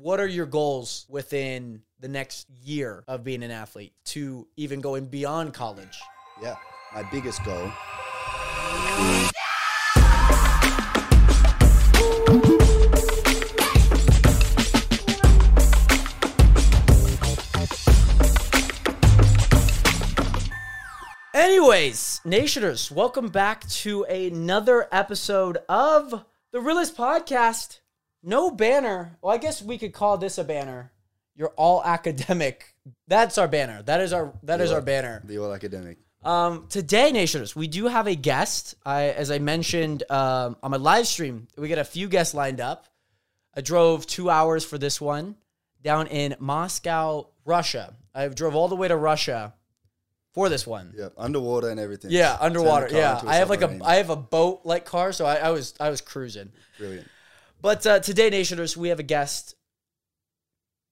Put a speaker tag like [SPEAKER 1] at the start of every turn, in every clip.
[SPEAKER 1] What are your goals within the next year of being an athlete to even going beyond college?
[SPEAKER 2] Yeah. My biggest goal.
[SPEAKER 1] Anyways, Nationers, welcome back to another episode of the Realist Podcast. No banner. Well, I guess we could call this a banner. You're all academic. That's our banner. That is our that is our banner.
[SPEAKER 2] The all academic.
[SPEAKER 1] Um, today, Nationers, we do have a guest. I, as I mentioned um, on my live stream, we got a few guests lined up. I drove two hours for this one down in Moscow, Russia. I drove all the way to Russia for this one.
[SPEAKER 2] Yeah. Underwater and everything.
[SPEAKER 1] Yeah,
[SPEAKER 2] Turn the
[SPEAKER 1] underwater.
[SPEAKER 2] car
[SPEAKER 1] Yeah,
[SPEAKER 2] into
[SPEAKER 1] I have like a
[SPEAKER 2] submarine.
[SPEAKER 1] I have a boat like car, so I, I was I was cruising.
[SPEAKER 2] Brilliant.
[SPEAKER 1] But uh, today, Nationers, we have a guest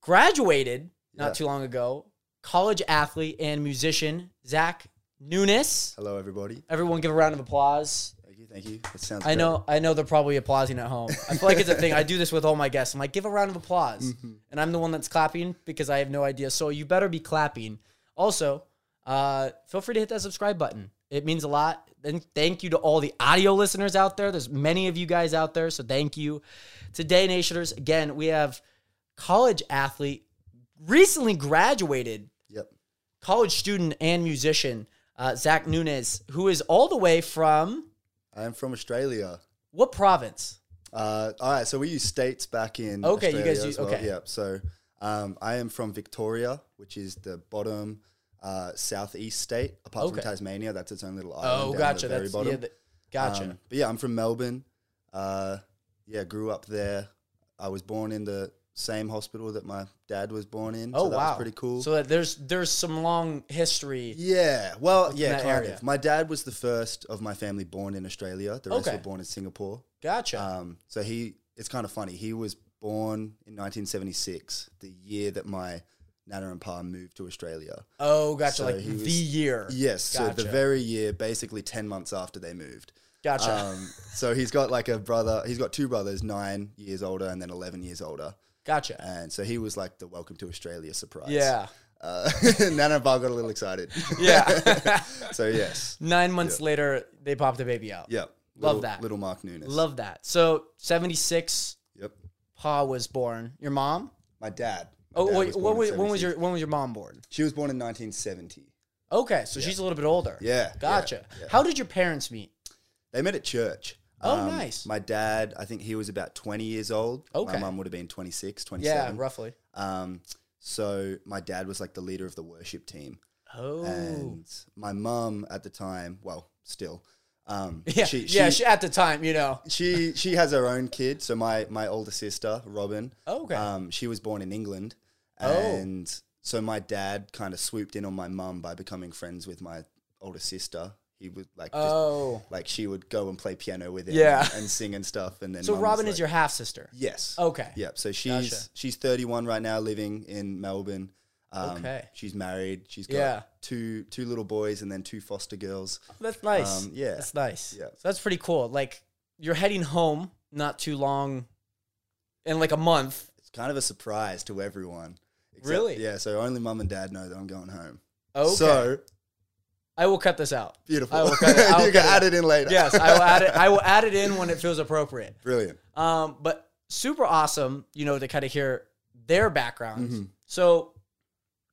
[SPEAKER 1] graduated not
[SPEAKER 2] Yeah.
[SPEAKER 1] too long ago, college athlete and musician Zach Nunes.
[SPEAKER 2] Hello, everybody.
[SPEAKER 1] Everyone, give a round of applause.
[SPEAKER 2] Thank you. Thank you. That sounds
[SPEAKER 1] I
[SPEAKER 2] great.
[SPEAKER 1] know, I know they're probably applauding at home. I feel like it's a thing. I do this with all my guests. I'm like, give a round of applause, and I'm the one that's clapping because I have no idea. So you better be clapping. Also, uh, feel free to hit that subscribe button. It means a lot. And thank you to all the audio listeners out there. There's many of you guys out there, so thank you. Today, Nationers, again, we have college athlete, recently graduated
[SPEAKER 2] Yep.
[SPEAKER 1] college student and musician uh, Zach Nunes, who is all the way from
[SPEAKER 2] I'm from Australia.
[SPEAKER 1] what province?
[SPEAKER 2] Uh, all right. So we use states back in.
[SPEAKER 1] Okay, you
[SPEAKER 2] Australia
[SPEAKER 1] guys
[SPEAKER 2] as
[SPEAKER 1] use-
[SPEAKER 2] well.
[SPEAKER 1] okay.
[SPEAKER 2] Yep. So um, I am from Victoria, which is the bottom uh, southeast state. Apart
[SPEAKER 1] Okay.
[SPEAKER 2] from Tasmania, that's its own little
[SPEAKER 1] Oh,
[SPEAKER 2] island. Um, down at
[SPEAKER 1] gotcha.
[SPEAKER 2] The very
[SPEAKER 1] That's
[SPEAKER 2] bottom.
[SPEAKER 1] yeah, the, gotcha.
[SPEAKER 2] Um, but yeah, I'm from Melbourne. Uh, yeah, grew up there. I was born in the same hospital that my dad was born in.
[SPEAKER 1] oh
[SPEAKER 2] so that
[SPEAKER 1] wow,
[SPEAKER 2] was pretty cool.
[SPEAKER 1] So that there's there's some long history.
[SPEAKER 2] yeah, well, yeah,
[SPEAKER 1] that
[SPEAKER 2] kind
[SPEAKER 1] area.
[SPEAKER 2] of. My dad was the first of my family born in Australia. The rest
[SPEAKER 1] Okay.
[SPEAKER 2] were born in Singapore.
[SPEAKER 1] Gotcha.
[SPEAKER 2] Um, so he, it's kind of funny. He was born in 1976, the year that my nana and pa moved to Australia.
[SPEAKER 1] oh, gotcha.
[SPEAKER 2] so
[SPEAKER 1] like
[SPEAKER 2] he
[SPEAKER 1] the
[SPEAKER 2] was-
[SPEAKER 1] year.
[SPEAKER 2] Yes, so
[SPEAKER 1] Gotcha.
[SPEAKER 2] the very year, basically 10 months after they moved.
[SPEAKER 1] Gotcha.
[SPEAKER 2] Um, so he's got like a brother. He's got two brothers, nine years older and then eleven years older.
[SPEAKER 1] gotcha.
[SPEAKER 2] And so he was like the welcome to Australia surprise.
[SPEAKER 1] yeah.
[SPEAKER 2] Uh, Nana Bar got a little excited.
[SPEAKER 1] Yeah.
[SPEAKER 2] so yes.
[SPEAKER 1] Nine months later, they popped a baby out.
[SPEAKER 2] Yep.
[SPEAKER 1] Love
[SPEAKER 2] Little-
[SPEAKER 1] that.
[SPEAKER 2] Little Mark Nunes.
[SPEAKER 1] Love that. So seventy six,
[SPEAKER 2] Yep.
[SPEAKER 1] Pa was born. Your mom.
[SPEAKER 2] My dad. My
[SPEAKER 1] Oh,
[SPEAKER 2] dad
[SPEAKER 1] wait,
[SPEAKER 2] was born
[SPEAKER 1] when
[SPEAKER 2] in
[SPEAKER 1] was when was
[SPEAKER 2] 76.
[SPEAKER 1] your when was your mom born?
[SPEAKER 2] She was born in 1970.
[SPEAKER 1] Okay, so she's a little bit older.
[SPEAKER 2] Yeah, yeah,
[SPEAKER 1] Gotcha.
[SPEAKER 2] yeah.
[SPEAKER 1] How did your parents meet?
[SPEAKER 2] They met at church. Um,
[SPEAKER 1] Oh, nice.
[SPEAKER 2] My dad, I think he was about 20 years old.
[SPEAKER 1] Okay.
[SPEAKER 2] My mum would have been 26,
[SPEAKER 1] Yeah,
[SPEAKER 2] 27.
[SPEAKER 1] roughly.
[SPEAKER 2] Um, so my dad was like the leader of the worship team.
[SPEAKER 1] Oh.
[SPEAKER 2] and my mum at the time, well, still, um,
[SPEAKER 1] yeah.
[SPEAKER 2] she,
[SPEAKER 1] yeah.
[SPEAKER 2] she,
[SPEAKER 1] She, at the time, you know.
[SPEAKER 2] she she has her own kid. So my my older sister, Robin,
[SPEAKER 1] Oh, Okay.
[SPEAKER 2] um, she was born in England,
[SPEAKER 1] Oh.
[SPEAKER 2] and so my dad kind of swooped in on my mum by becoming friends with my older sister. He would like just,
[SPEAKER 1] oh.
[SPEAKER 2] like she would go and play piano with him,
[SPEAKER 1] Yeah.
[SPEAKER 2] and, sing and stuff. And then
[SPEAKER 1] So
[SPEAKER 2] mum was
[SPEAKER 1] Robin
[SPEAKER 2] like-
[SPEAKER 1] is your Oh, half sister.
[SPEAKER 2] yes,
[SPEAKER 1] Okay.
[SPEAKER 2] Yep. So she's
[SPEAKER 1] Gotcha.
[SPEAKER 2] she's 31 right now, living in Melbourne. Um,
[SPEAKER 1] Okay.
[SPEAKER 2] She's married. She's got
[SPEAKER 1] Yeah.
[SPEAKER 2] two two little boys and then two foster girls.
[SPEAKER 1] That's nice.
[SPEAKER 2] Um, yeah.
[SPEAKER 1] That's nice.
[SPEAKER 2] Yeah.
[SPEAKER 1] So that's pretty cool. Like you're heading home not too long in like a month.
[SPEAKER 2] It's kind of a surprise to everyone.
[SPEAKER 1] Really?
[SPEAKER 2] Yeah. So only mum and dad know that I'm going home.
[SPEAKER 1] Okay.
[SPEAKER 2] So
[SPEAKER 1] I will cut this out.
[SPEAKER 2] beautiful.
[SPEAKER 1] I will cut it- I will
[SPEAKER 2] you can
[SPEAKER 1] cut it
[SPEAKER 2] add it in later.
[SPEAKER 1] Yes, I will add it I will add it in when it feels appropriate.
[SPEAKER 2] Brilliant.
[SPEAKER 1] Um, but super awesome, you know, to kind of hear their backgrounds.
[SPEAKER 2] Mm-hmm.
[SPEAKER 1] So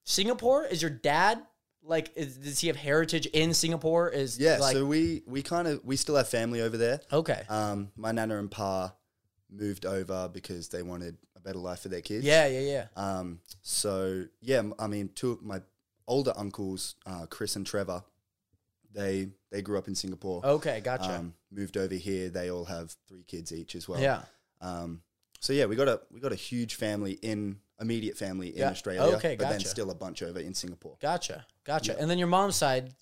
[SPEAKER 1] Singapore is your dad like is, does he have heritage in Singapore? Is
[SPEAKER 2] Yeah.
[SPEAKER 1] like
[SPEAKER 2] so we we kind of we still have family over there.
[SPEAKER 1] okay.
[SPEAKER 2] Um, my nana and pa moved over because they wanted a better life for their kids.
[SPEAKER 1] yeah, yeah, yeah.
[SPEAKER 2] Um, so yeah, m- I mean, two of my older uncles, uh, Chris and Trevor, they they grew up in Singapore.
[SPEAKER 1] Okay, Oh, gotcha.
[SPEAKER 2] Um, moved over here. They all have three kids each as well.
[SPEAKER 1] yeah.
[SPEAKER 2] Um, so yeah, we got a we got a huge family in immediate family in
[SPEAKER 1] Yeah.
[SPEAKER 2] Australia.
[SPEAKER 1] Okay,
[SPEAKER 2] but then
[SPEAKER 1] gotcha.
[SPEAKER 2] still a bunch over in Singapore.
[SPEAKER 1] Gotcha, gotcha.
[SPEAKER 2] Yeah.
[SPEAKER 1] And then your mom's side,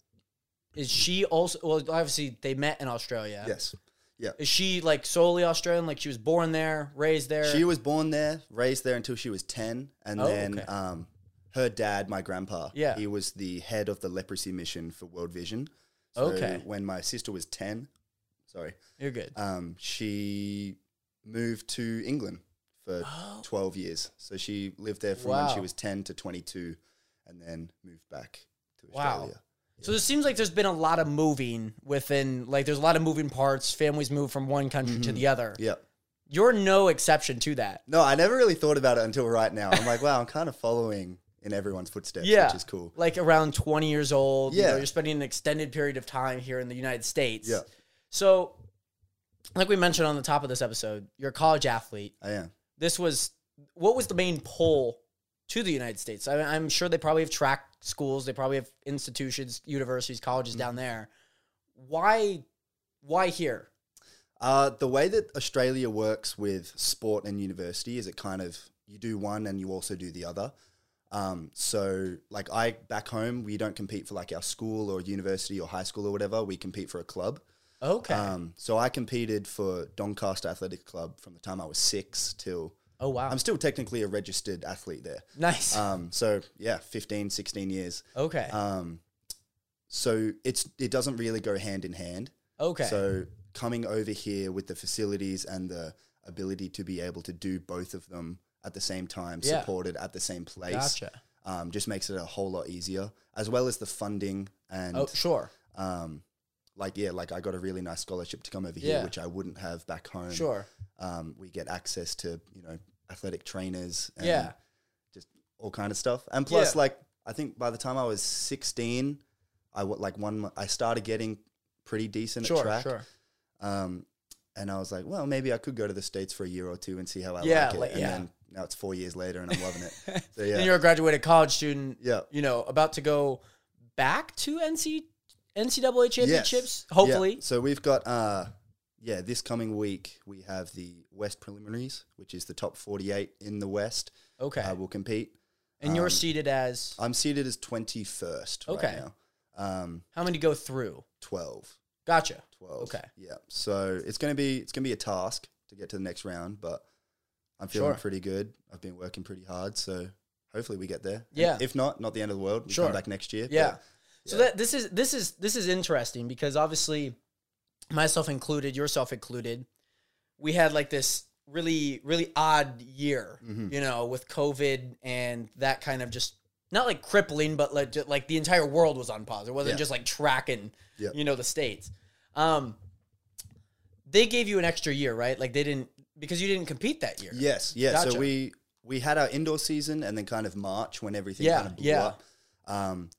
[SPEAKER 1] is she also? Well, obviously they met in Australia.
[SPEAKER 2] Yes, yeah.
[SPEAKER 1] Is she like solely Australian? Like she was born there, raised there.
[SPEAKER 2] She was born there, raised there until she was ten, and
[SPEAKER 1] Oh,
[SPEAKER 2] then
[SPEAKER 1] okay.
[SPEAKER 2] um, her dad, my grandpa,
[SPEAKER 1] Yeah.
[SPEAKER 2] he was the head of the leprosy mission for World Vision.
[SPEAKER 1] Okay.
[SPEAKER 2] when my sister was ten, sorry,
[SPEAKER 1] You're good.
[SPEAKER 2] um, she moved to England for 12 years. So she lived there from when she
[SPEAKER 1] Oh. Wow.
[SPEAKER 2] was 10 to 22 and then moved back to
[SPEAKER 1] Wow.
[SPEAKER 2] Australia.
[SPEAKER 1] So it seems like there's been a lot of moving within, like there's a lot of moving parts. Families move from one country to the other.
[SPEAKER 2] Mm-hmm. Yeah.
[SPEAKER 1] You're no exception to that.
[SPEAKER 2] No, I never really thought about it until right now. I'm like, wow, I'm kind of following in everyone's footsteps,
[SPEAKER 1] Yeah,
[SPEAKER 2] which is cool.
[SPEAKER 1] Like around 20 years old. You
[SPEAKER 2] Yeah.
[SPEAKER 1] know, you're spending an extended period of time here in the United States.
[SPEAKER 2] Yeah.
[SPEAKER 1] So, like we mentioned on the top of this episode, you're a college athlete.
[SPEAKER 2] I am.
[SPEAKER 1] This was what was the main pull to the United States? I, I'm sure they probably have track schools. They probably have institutions, universities, colleges
[SPEAKER 2] Mm-hmm.
[SPEAKER 1] down there. Why? Why here?
[SPEAKER 2] Uh, the way that Australia works with sport and university is it kind of you do one and you also do the other. Um, so, like I back home, we don't compete for like our school or university or high school or whatever. We compete for a club.
[SPEAKER 1] Okay.
[SPEAKER 2] Um, so I competed for Doncaster Athletic Club from the time I was six till
[SPEAKER 1] oh wow.
[SPEAKER 2] I'm still technically a registered athlete there.
[SPEAKER 1] nice.
[SPEAKER 2] Um, so yeah, 15, 16 years.
[SPEAKER 1] okay.
[SPEAKER 2] Um, so it's it doesn't really go hand in hand.
[SPEAKER 1] okay.
[SPEAKER 2] So coming over here with the facilities and the ability to be able to do both of them at the same time,
[SPEAKER 1] Yeah.
[SPEAKER 2] supported at the same place,
[SPEAKER 1] gotcha.
[SPEAKER 2] um, just makes it a whole lot easier, as well as the funding and
[SPEAKER 1] Oh sure.
[SPEAKER 2] um, like yeah, like I got a really nice scholarship to come over here,
[SPEAKER 1] Yeah.
[SPEAKER 2] which I wouldn't have back home.
[SPEAKER 1] Sure.
[SPEAKER 2] um, we get access to you know athletic trainers. And
[SPEAKER 1] Yeah.
[SPEAKER 2] just all kind of stuff. And plus,
[SPEAKER 1] Yeah.
[SPEAKER 2] like I think by the time I was sixteen, I wa- like one I started getting pretty decent at
[SPEAKER 1] Sure.
[SPEAKER 2] track.
[SPEAKER 1] Sure.
[SPEAKER 2] Um, and I was like, well, maybe I could go to the states for a year or two and see how I
[SPEAKER 1] Yeah,
[SPEAKER 2] like it.
[SPEAKER 1] like-
[SPEAKER 2] and
[SPEAKER 1] yeah.
[SPEAKER 2] then now it's four years later, and I'm loving it. So
[SPEAKER 1] And
[SPEAKER 2] yeah,
[SPEAKER 1] you're a graduated college student.
[SPEAKER 2] yeah.
[SPEAKER 1] you know, about to go back to NC NCAA championships,
[SPEAKER 2] Yeah.
[SPEAKER 1] hopefully.
[SPEAKER 2] So we've got uh yeah, this coming week we have the West preliminaries, which is the top 48 in the West.
[SPEAKER 1] Okay.
[SPEAKER 2] Uh, will compete.
[SPEAKER 1] and you're
[SPEAKER 2] um,
[SPEAKER 1] seated as
[SPEAKER 2] I'm seated as 21st
[SPEAKER 1] Okay.
[SPEAKER 2] right now. Um
[SPEAKER 1] how many go through?
[SPEAKER 2] 12,
[SPEAKER 1] Gotcha.
[SPEAKER 2] 12.
[SPEAKER 1] Okay.
[SPEAKER 2] Yeah. So it's going to be it's going to be a task to get to the next round, but I'm feeling
[SPEAKER 1] Sure.
[SPEAKER 2] pretty good. I've been working pretty hard, so hopefully we get there. And
[SPEAKER 1] Yeah.
[SPEAKER 2] If not, not the end of the world. We
[SPEAKER 1] Sure.
[SPEAKER 2] come back next year.
[SPEAKER 1] Yeah.
[SPEAKER 2] but
[SPEAKER 1] So
[SPEAKER 2] Yeah.
[SPEAKER 1] that this is this is this is interesting because obviously myself included, yourself included, we had like this really really odd year,
[SPEAKER 2] Mhm.
[SPEAKER 1] you know, with COVID and that kind of just not like crippling, but like ju- like the entire world was on pause. It wasn't
[SPEAKER 2] Yeah.
[SPEAKER 1] just like tracking,
[SPEAKER 2] Yeah.
[SPEAKER 1] you know, the states. Um, they gave you an extra year, right? Like they didn't because you didn't compete that year.
[SPEAKER 2] Yes, yeah.
[SPEAKER 1] Gotcha.
[SPEAKER 2] So we we had our indoor season, and then kind of March when everything
[SPEAKER 1] Yeah,
[SPEAKER 2] kind of blew
[SPEAKER 1] yeah.
[SPEAKER 2] up. Um,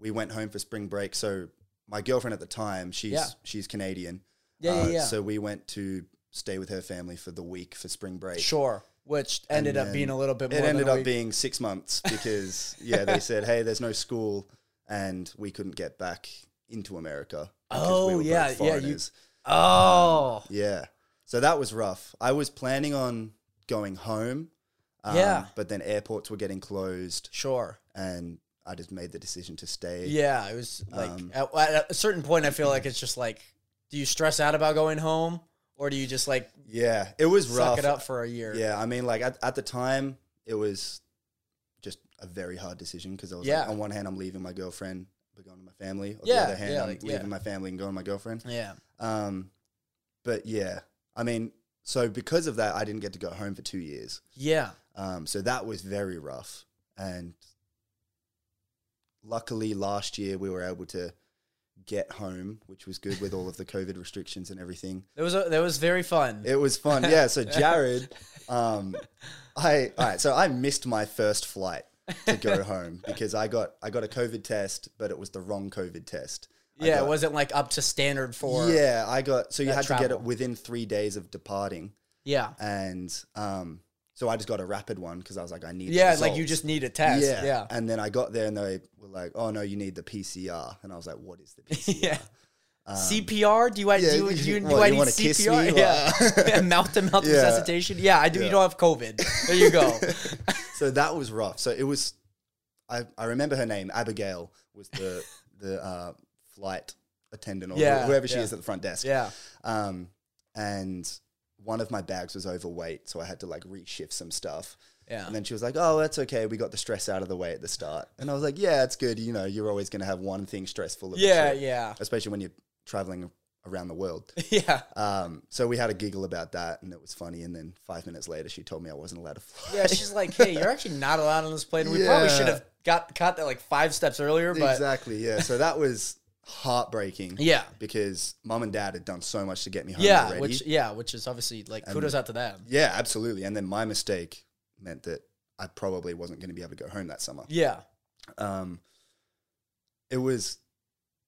[SPEAKER 2] we went home for spring break. So my girlfriend at the time, she's
[SPEAKER 1] Yeah.
[SPEAKER 2] she's Canadian. Uh,
[SPEAKER 1] Yeah, yeah, yeah.
[SPEAKER 2] So we went to stay with her family for the week for spring break.
[SPEAKER 1] Sure, which
[SPEAKER 2] And
[SPEAKER 1] ended up
[SPEAKER 2] then
[SPEAKER 1] being a little bit more.
[SPEAKER 2] It
[SPEAKER 1] than
[SPEAKER 2] ended
[SPEAKER 1] a
[SPEAKER 2] up
[SPEAKER 1] week.
[SPEAKER 2] being six months because yeah, they said, hey, there's no school, and we couldn't get back into America. because
[SPEAKER 1] Oh, yeah,
[SPEAKER 2] both
[SPEAKER 1] yeah, you-
[SPEAKER 2] foreigners.
[SPEAKER 1] oh
[SPEAKER 2] Yeah. So that was rough. I was planning on going home. Um,
[SPEAKER 1] Yeah.
[SPEAKER 2] But then airports were getting closed,
[SPEAKER 1] sure.
[SPEAKER 2] and I just made the decision to stay.
[SPEAKER 1] Yeah, it was like
[SPEAKER 2] Um,
[SPEAKER 1] at, at a certain point, I feel like it's just like, do you stress out about going home, or do you just like
[SPEAKER 2] Yeah. It was rough.
[SPEAKER 1] suck it up for a year?
[SPEAKER 2] Yeah. I mean, like at, at the time, it was just a very hard decision because I was
[SPEAKER 1] Yeah.
[SPEAKER 2] like, on one hand, I'm leaving my girlfriend, but going to my family. On
[SPEAKER 1] Yeah,
[SPEAKER 2] the other hand,
[SPEAKER 1] yeah,
[SPEAKER 2] I'm
[SPEAKER 1] like, yeah.
[SPEAKER 2] leaving my family and going to my girlfriend.
[SPEAKER 1] yeah,
[SPEAKER 2] Um, but yeah, I mean, so because of that, I didn't get to go home for two years.
[SPEAKER 1] yeah.
[SPEAKER 2] Um, so that was very rough. And luckily, last year we were able to get home, which was good with all of the COVID restrictions and everything.
[SPEAKER 1] That was a, that was very fun.
[SPEAKER 2] It was fun. Yeah. So, Jared, um, I, all right. So, I missed my first flight to go home because I got, I got a COVID test, but it was the wrong COVID test. I
[SPEAKER 1] yeah,
[SPEAKER 2] got-
[SPEAKER 1] it wasn't like up to standard for.
[SPEAKER 2] yeah, I got, so you
[SPEAKER 1] that
[SPEAKER 2] had to get
[SPEAKER 1] travel.
[SPEAKER 2] it within three days of departing.
[SPEAKER 1] yeah,
[SPEAKER 2] And, um, so I just got a rapid one because I was like, I need the
[SPEAKER 1] yeah. Like you
[SPEAKER 2] results.
[SPEAKER 1] just need a test.
[SPEAKER 2] Yeah.
[SPEAKER 1] Yeah,
[SPEAKER 2] And then I got there and they were like, oh, no, you need the PCR. And I was like, what is the
[SPEAKER 1] yeah.
[SPEAKER 2] PCR?
[SPEAKER 1] CPR? Do you, I do,
[SPEAKER 2] Um, yeah,
[SPEAKER 1] you,
[SPEAKER 2] you-
[SPEAKER 1] do you,
[SPEAKER 2] what,
[SPEAKER 1] do I
[SPEAKER 2] you
[SPEAKER 1] need
[SPEAKER 2] wanna kiss
[SPEAKER 1] CPR?
[SPEAKER 2] me? Like-
[SPEAKER 1] yeah, mouth to mouth
[SPEAKER 2] Yeah.
[SPEAKER 1] resuscitation. Yeah, I do. You don't have COVID. There you go.
[SPEAKER 2] So that was rough. So it was, I, I remember her name, Abigail, was the, the uh, flight attendant or
[SPEAKER 1] Yeah,
[SPEAKER 2] whoever she
[SPEAKER 1] yeah.
[SPEAKER 2] is at the front desk.
[SPEAKER 1] yeah.
[SPEAKER 2] Um, and one of my bags was overweight. So I had to like reshift some stuff.
[SPEAKER 1] Yeah.
[SPEAKER 2] And then she was like, "Oh, that's okay. We got the stress out of the way at the start." And I was like, "Yeah, it's good. You know, you're always going to have one thing stressful." at the
[SPEAKER 1] Yeah.
[SPEAKER 2] trip."
[SPEAKER 1] Yeah.
[SPEAKER 2] especially when you're traveling around the world.
[SPEAKER 1] yeah.
[SPEAKER 2] Um, so we had a giggle about that, and it was funny. And then five minutes later, she told me I wasn't allowed to fly.
[SPEAKER 1] Yeah, she's like, hey, you're actually not allowed on this plane. We probably
[SPEAKER 2] Yeah.
[SPEAKER 1] should have got caught that like five steps earlier, but
[SPEAKER 2] exactly. Yeah. So that was heartbreaking.
[SPEAKER 1] yeah.
[SPEAKER 2] Because mom and dad had done so much to get me home
[SPEAKER 1] Yeah,
[SPEAKER 2] already.
[SPEAKER 1] which yeah, which is obviously like kudos out to them.
[SPEAKER 2] yeah, absolutely. And then my mistake meant that I probably wasn't going to be able to go home that summer.
[SPEAKER 1] Yeah.
[SPEAKER 2] um, it was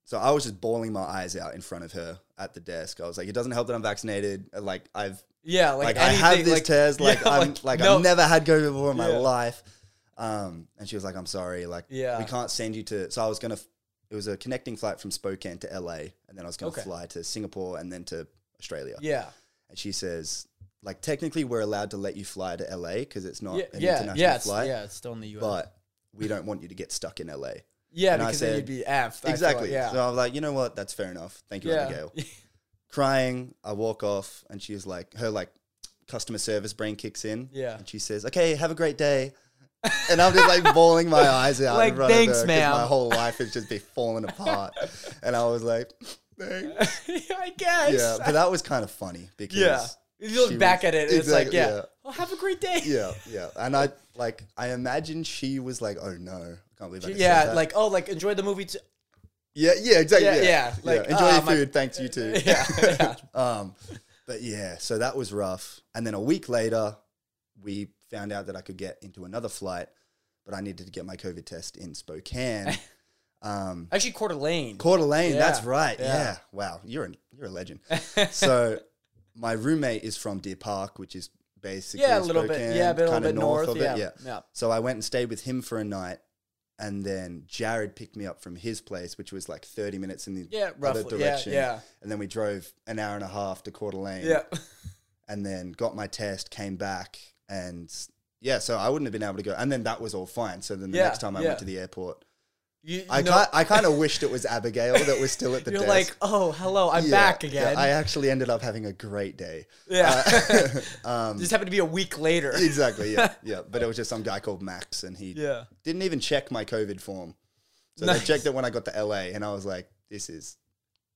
[SPEAKER 2] so I was just bawling my eyes out in front of her at the desk. I was like, it doesn't help that I'm vaccinated. Like I've
[SPEAKER 1] Yeah, like,
[SPEAKER 2] like, I have
[SPEAKER 1] anything,
[SPEAKER 2] this
[SPEAKER 1] like-
[SPEAKER 2] test. Like
[SPEAKER 1] yeah,
[SPEAKER 2] I'm like,
[SPEAKER 1] no.
[SPEAKER 2] I've never had COVID before in my
[SPEAKER 1] Yeah.
[SPEAKER 2] life. Um, and she was like, I'm sorry. Like
[SPEAKER 1] Yeah.
[SPEAKER 2] we can't send you to. So I was gonna. f- It was a connecting flight from Spokane to LA, and then I was gonna
[SPEAKER 1] Okay.
[SPEAKER 2] fly to Singapore and then to Australia.
[SPEAKER 1] Yeah.
[SPEAKER 2] And she says, like technically we're allowed to let you fly to LA because it's not
[SPEAKER 1] Yeah,
[SPEAKER 2] an
[SPEAKER 1] yeah,
[SPEAKER 2] international
[SPEAKER 1] yeah, it's,
[SPEAKER 2] flight,
[SPEAKER 1] yeah, it's still in the US.
[SPEAKER 2] but we don't want you to get stuck in LA.
[SPEAKER 1] yeah,
[SPEAKER 2] and I
[SPEAKER 1] because then
[SPEAKER 2] said-
[SPEAKER 1] you'd be effed. I feel
[SPEAKER 2] Exactly.
[SPEAKER 1] like, yeah.
[SPEAKER 2] So I'm like, you know what? That's fair enough. Thank you,
[SPEAKER 1] yeah.
[SPEAKER 2] Abigail. Crying, I walk off, and she's like, her like customer service brain kicks in.
[SPEAKER 1] Yeah.
[SPEAKER 2] And she says, "Okay, have a great day." And I'm just like bawling my eyes out. in
[SPEAKER 1] Like,
[SPEAKER 2] front of
[SPEAKER 1] "Thanks,
[SPEAKER 2] her 'cause
[SPEAKER 1] ma'am."
[SPEAKER 2] My whole life has just been falling apart. and I was like, "Thanks."
[SPEAKER 1] I guess.
[SPEAKER 2] Yeah, but that was kind of funny because
[SPEAKER 1] Yeah. You
[SPEAKER 2] she
[SPEAKER 1] look back
[SPEAKER 2] was-
[SPEAKER 1] at it, and it's like,
[SPEAKER 2] Exactly,
[SPEAKER 1] yeah.
[SPEAKER 2] yeah.
[SPEAKER 1] Well, have a great day.
[SPEAKER 2] yeah, yeah. And I like, I imagine she was like, "Oh no, I can't believe I just said
[SPEAKER 1] Yeah,
[SPEAKER 2] that."
[SPEAKER 1] like oh, like enjoy the movie. T-
[SPEAKER 2] yeah, yeah, exactly,
[SPEAKER 1] Yeah,
[SPEAKER 2] yeah,
[SPEAKER 1] yeah, like,
[SPEAKER 2] enjoy
[SPEAKER 1] "Ah,
[SPEAKER 2] your
[SPEAKER 1] my-
[SPEAKER 2] food, thanks you too.
[SPEAKER 1] yeah, yeah,
[SPEAKER 2] Um, but yeah, so that was rough. And then a week later, we found out that I could get into another flight, but I needed to get my COVID test in Spokane. Um,
[SPEAKER 1] actually, Coeur d'Alene.
[SPEAKER 2] Coeur d'Alene,
[SPEAKER 1] Yeah,
[SPEAKER 2] that's right.
[SPEAKER 1] yeah.
[SPEAKER 2] Yeah. Wow, you're a you're a legend. so my roommate is from Deer Park, which is basically
[SPEAKER 1] yeah, a little bit.
[SPEAKER 2] Spokane,
[SPEAKER 1] Yeah, a bit- little
[SPEAKER 2] kinda
[SPEAKER 1] bit north.
[SPEAKER 2] of it,
[SPEAKER 1] yeah, yeah,
[SPEAKER 2] So I went and stayed with him for a night. And then Jared picked me up from his place, which was like 30 minutes in the
[SPEAKER 1] yeah,
[SPEAKER 2] other
[SPEAKER 1] roughly. Yeah,
[SPEAKER 2] direction.
[SPEAKER 1] yeah,
[SPEAKER 2] And then we drove an hour and a half to Coeur d'Alene
[SPEAKER 1] yeah.
[SPEAKER 2] and then got my test, came back, and yeah, so I wouldn't have been able to go. And then that was all fine. So then the
[SPEAKER 1] Yeah,
[SPEAKER 2] next time I
[SPEAKER 1] yeah.
[SPEAKER 2] went to the airport,
[SPEAKER 1] You,
[SPEAKER 2] I
[SPEAKER 1] know-
[SPEAKER 2] ki- I kind of wished it was Abigail that was still at the
[SPEAKER 1] You're
[SPEAKER 2] desk.
[SPEAKER 1] like, oh, hello, I'm
[SPEAKER 2] Yeah,
[SPEAKER 1] back
[SPEAKER 2] yeah,
[SPEAKER 1] again.
[SPEAKER 2] I actually ended up having a great day.
[SPEAKER 1] Yeah.
[SPEAKER 2] um,
[SPEAKER 1] this happened to be a week later.
[SPEAKER 2] exactly. Yeah, yeah. But it was just some guy called Max, and he
[SPEAKER 1] yeah.
[SPEAKER 2] didn't even check my COVID form. So
[SPEAKER 1] Nice.
[SPEAKER 2] they checked it when I got to LA, and I was like, "This is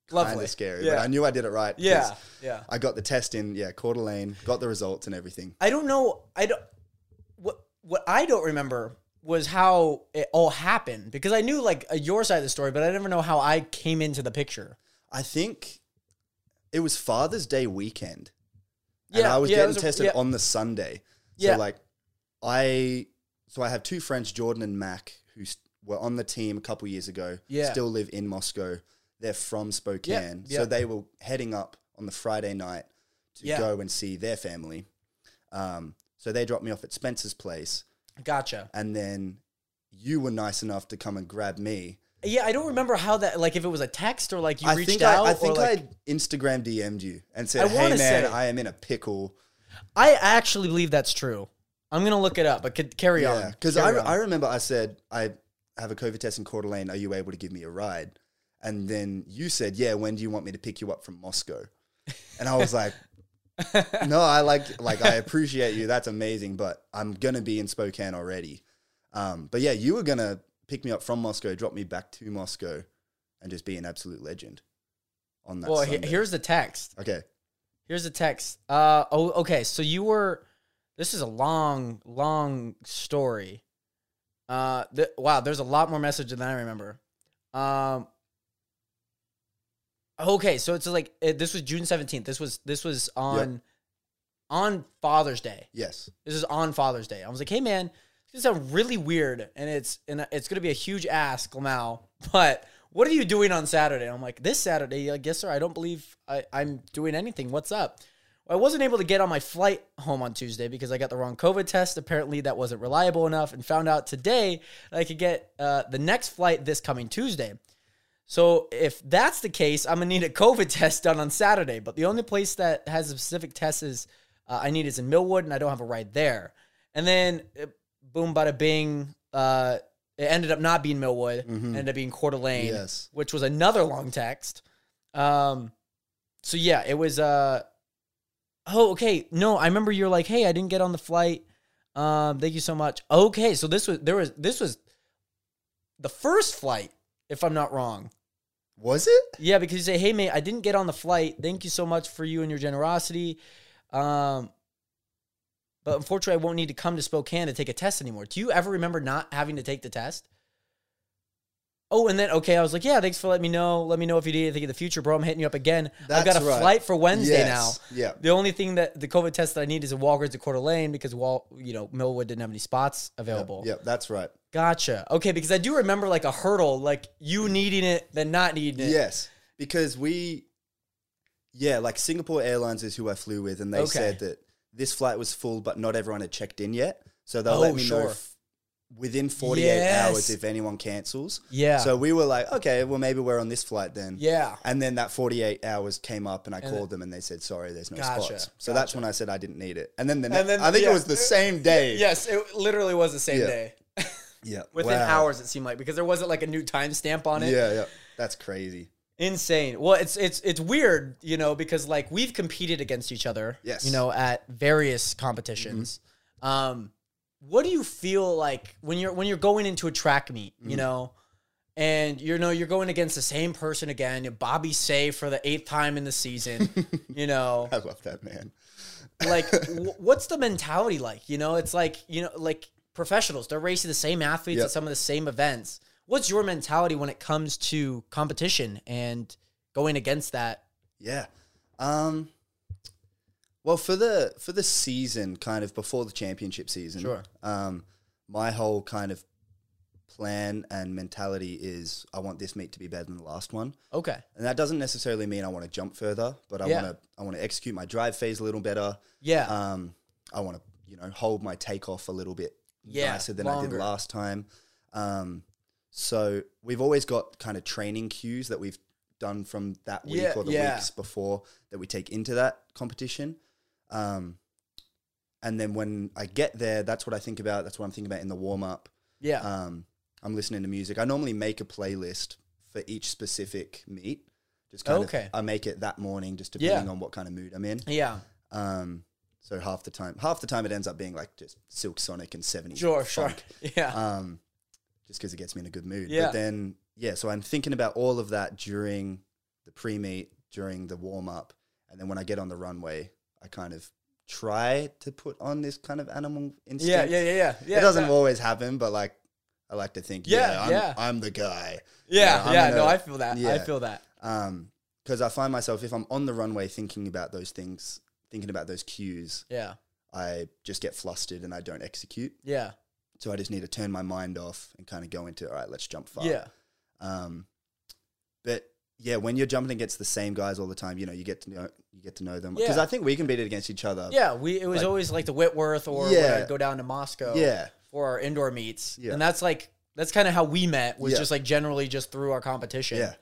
[SPEAKER 2] kind
[SPEAKER 1] Lovely.
[SPEAKER 2] of scary."
[SPEAKER 1] Yeah.
[SPEAKER 2] But I knew I did it right. 'cause
[SPEAKER 1] yeah. Yeah.
[SPEAKER 2] I got the test in, yeah, Coeur d'Alene, got the results and everything.
[SPEAKER 1] I don't know. I don't. What what I don't remember was how it all happened because I knew like uh, your side of the story, but I never know how I came into the picture.
[SPEAKER 2] I think it was Father's Day weekend. and
[SPEAKER 1] Yeah,
[SPEAKER 2] I was
[SPEAKER 1] yeah, it
[SPEAKER 2] getting
[SPEAKER 1] was a-
[SPEAKER 2] tested
[SPEAKER 1] yeah.
[SPEAKER 2] on the Sunday. So
[SPEAKER 1] Yeah.
[SPEAKER 2] like I so I have two friends, Jordan and Mac, who s- were on the team a couple years ago.
[SPEAKER 1] Yeah.
[SPEAKER 2] Still live in Moscow. They're from Spokane.
[SPEAKER 1] yeah.
[SPEAKER 2] So they were heading up on the Friday night to
[SPEAKER 1] Yeah.
[SPEAKER 2] go and see their family. Um, so they dropped me off at Spencer's place
[SPEAKER 1] Gotcha.
[SPEAKER 2] and then you were nice enough to come and grab me.
[SPEAKER 1] Yeah, I don't remember how that like if it was a text or like you
[SPEAKER 2] I
[SPEAKER 1] reached
[SPEAKER 2] think
[SPEAKER 1] out.
[SPEAKER 2] I, I
[SPEAKER 1] or,
[SPEAKER 2] think
[SPEAKER 1] like-
[SPEAKER 2] I Instagram DM'd you and said,
[SPEAKER 1] I
[SPEAKER 2] "Hey
[SPEAKER 1] wanna
[SPEAKER 2] man,
[SPEAKER 1] say-
[SPEAKER 2] I am in a pickle."
[SPEAKER 1] I actually believe that's true. I'm gonna look it up, but could carry
[SPEAKER 2] Yeah,
[SPEAKER 1] on.
[SPEAKER 2] because I,
[SPEAKER 1] Carry
[SPEAKER 2] re-
[SPEAKER 1] on.
[SPEAKER 2] I remember I said I have a COVID test in Coeur d'Alene. Are you able to give me a ride? And then you said, "Yeah, when do you want me to pick you up from Moscow?" And I was like, "No, I like like I appreciate you. That's amazing, but I'm gonna be in Spokane already." Um, but yeah, you were gonna pick me up from Moscow, drop me back to Moscow, and just be an absolute legend on that.
[SPEAKER 1] well, he-
[SPEAKER 2] Sunday.
[SPEAKER 1] here's the text.
[SPEAKER 2] okay,
[SPEAKER 1] Here's the text. Uh oh. Okay, so you were. This is a long, long story. Uh, th- wow. There's a lot more message than I remember. Um. Okay, so it's like it, this was June seventeenth. This was this was on, on Father's Day.
[SPEAKER 2] yes,
[SPEAKER 1] This is on Father's Day. I was like, hey man, this is sound really weird, and it's and it's gonna be a huge ask, Lamau. But what are you doing on Saturday? And I'm like, this Saturday, You're like, yes sir. I don't believe I, I'm doing anything. What's up? Well, I wasn't able to get on my flight home on Tuesday because I got the wrong COVID test. Apparently, that wasn't reliable enough, and found out today that I could get uh, the next flight this coming Tuesday. So if that's the case, I'm gonna need a COVID test done on Saturday. But the only place that has a specific test is uh, I need is in Millwood, and I don't have a ride there. And then uh, boom, bada bing, uh, it ended up not being Millwood, ended up being Coeur d'Alene,
[SPEAKER 2] Yes.
[SPEAKER 1] which was another long text. Um, so yeah, it was. Uh, oh, okay. No, I remember you're like, hey, I didn't get on the flight. Um, thank you so much. Okay, so this was there was this was the first flight, if I'm not wrong
[SPEAKER 2] Was it?
[SPEAKER 1] Yeah, because you say, "Hey, mate, I didn't get on the flight. Thank you so much for you and your generosity, um, but unfortunately, I won't need to come to Spokane to take a test anymore." Do you ever remember not having to take the test? Oh, and then okay, I was like, "Yeah, thanks for letting me know. Let me know if you need anything in the future, bro. I'm hitting you up again. I've got a
[SPEAKER 2] That's right.
[SPEAKER 1] flight for Wednesday
[SPEAKER 2] Yes.
[SPEAKER 1] now.
[SPEAKER 2] Yeah.
[SPEAKER 1] The only thing that the COVID test that I need is a Walgreens to Coeur d'Alene because Wal, you know, Millwood didn't have any spots available.
[SPEAKER 2] Yeah, that's right.
[SPEAKER 1] Gotcha. Okay, because I do remember like a hurdle, like you needing it, then not needing it.
[SPEAKER 2] Yes, because we, yeah, like Singapore Airlines is who I flew with, and they
[SPEAKER 1] Okay.
[SPEAKER 2] said that this flight was full, but not everyone had checked in yet, so they'll let
[SPEAKER 1] Oh,
[SPEAKER 2] me
[SPEAKER 1] sure.
[SPEAKER 2] know f- within forty-eight
[SPEAKER 1] Yes.
[SPEAKER 2] hours if anyone cancels.
[SPEAKER 1] Yeah.
[SPEAKER 2] So we were like, okay, well maybe we're on this flight then.
[SPEAKER 1] Yeah.
[SPEAKER 2] And then that forty-eight hours came up, and I
[SPEAKER 1] And-
[SPEAKER 2] called them, and they said, sorry, there's no
[SPEAKER 1] Gotcha,
[SPEAKER 2] spots. So that's when I said I didn't need it, and then the next,
[SPEAKER 1] And then-
[SPEAKER 2] I think
[SPEAKER 1] yeah.
[SPEAKER 2] it was the same day.
[SPEAKER 1] Yes, it literally was the same
[SPEAKER 2] Yeah.
[SPEAKER 1] day.
[SPEAKER 2] Yeah.
[SPEAKER 1] Within
[SPEAKER 2] Wow.
[SPEAKER 1] hours, it seemed like because there wasn't like a new timestamp on it.
[SPEAKER 2] Yeah, yeah. That's crazy.
[SPEAKER 1] Insane. Well, it's it's it's weird, you know, because like we've competed against each other.
[SPEAKER 2] Yes. Mm-hmm.
[SPEAKER 1] You know, at various competitions. Um, what do you feel like when you're when you're going into a track meet, you
[SPEAKER 2] Mm-hmm.
[SPEAKER 1] know, and you know you're going against the same person again, Bobby Say for the eighth time in the season, you know,
[SPEAKER 2] I love that man.
[SPEAKER 1] like w- what's the mentality like you know it's like you know like professionals they're racing the same athletes at
[SPEAKER 2] Yep.
[SPEAKER 1] some of the same events what's your mentality when it comes to competition and going against that
[SPEAKER 2] Yeah. Um well for the for the season kind of before the championship season.
[SPEAKER 1] Sure.
[SPEAKER 2] Um my whole kind of plan and mentality is I want this meet to be better than the last one.
[SPEAKER 1] okay
[SPEAKER 2] And that doesn't necessarily mean I want to jump further, but I
[SPEAKER 1] Yeah.
[SPEAKER 2] want to I want to execute my drive phase a little better.
[SPEAKER 1] yeah
[SPEAKER 2] Um I want to, you know, hold my takeoff a little bit
[SPEAKER 1] Yeah,
[SPEAKER 2] nicer than I
[SPEAKER 1] longer.
[SPEAKER 2] did last time. Um so we've always got kind of training cues that we've done from that week
[SPEAKER 1] Yeah,
[SPEAKER 2] or the
[SPEAKER 1] yeah.
[SPEAKER 2] weeks before that we take into that competition. Um, and then when I get there, that's what I think about. That's what I'm thinking about in the warm up.
[SPEAKER 1] yeah
[SPEAKER 2] Um, I'm listening to music. I normally make a playlist for each specific meet. Just kind
[SPEAKER 1] Okay.
[SPEAKER 2] of, I make it that morning, just depending
[SPEAKER 1] Yeah.
[SPEAKER 2] on what kind of mood I'm in.
[SPEAKER 1] yeah
[SPEAKER 2] Um, so half the time, half the time it ends up being like just Silk Sonic and 70s.
[SPEAKER 1] sure sure
[SPEAKER 2] funk
[SPEAKER 1] yeah
[SPEAKER 2] um, just because it gets me in a good mood.
[SPEAKER 1] Yeah.
[SPEAKER 2] But then, yeah, so I'm thinking about all of that during the pre meet, during the warm up. And then when I get on the runway, I kind of try to put on this kind of animal instinct.
[SPEAKER 1] yeah yeah yeah yeah yeah
[SPEAKER 2] it doesn't
[SPEAKER 1] no.
[SPEAKER 2] always happen, but like, I like to think,
[SPEAKER 1] Yeah,
[SPEAKER 2] yeah, I'm,
[SPEAKER 1] yeah.
[SPEAKER 2] I'm the guy.
[SPEAKER 1] yeah
[SPEAKER 2] Yeah, I'm
[SPEAKER 1] yeah no
[SPEAKER 2] gonna-
[SPEAKER 1] i feel that i
[SPEAKER 2] yeah.
[SPEAKER 1] feel that
[SPEAKER 2] Because I find myself, if I'm on the runway thinking about those things, thinking about those cues,
[SPEAKER 1] yeah
[SPEAKER 2] I just get flustered and I don't execute.
[SPEAKER 1] yeah
[SPEAKER 2] So I just need to turn my mind off and kind of go into, all right, let's jump far.
[SPEAKER 1] yeah
[SPEAKER 2] Um, but yeah, when you're jumping against the same guys all the time, you know, you get to know you get to know them because
[SPEAKER 1] Yeah.
[SPEAKER 2] I think we compete against each other.
[SPEAKER 1] yeah we it was
[SPEAKER 2] like-
[SPEAKER 1] always like the whitworth or when
[SPEAKER 2] Yeah.
[SPEAKER 1] i'd go down to moscow
[SPEAKER 2] yeah,
[SPEAKER 1] for our indoor meets
[SPEAKER 2] Yeah.
[SPEAKER 1] and that's like that's kind of how we met was
[SPEAKER 2] Yeah.
[SPEAKER 1] just like generally just through our competition
[SPEAKER 2] yeah.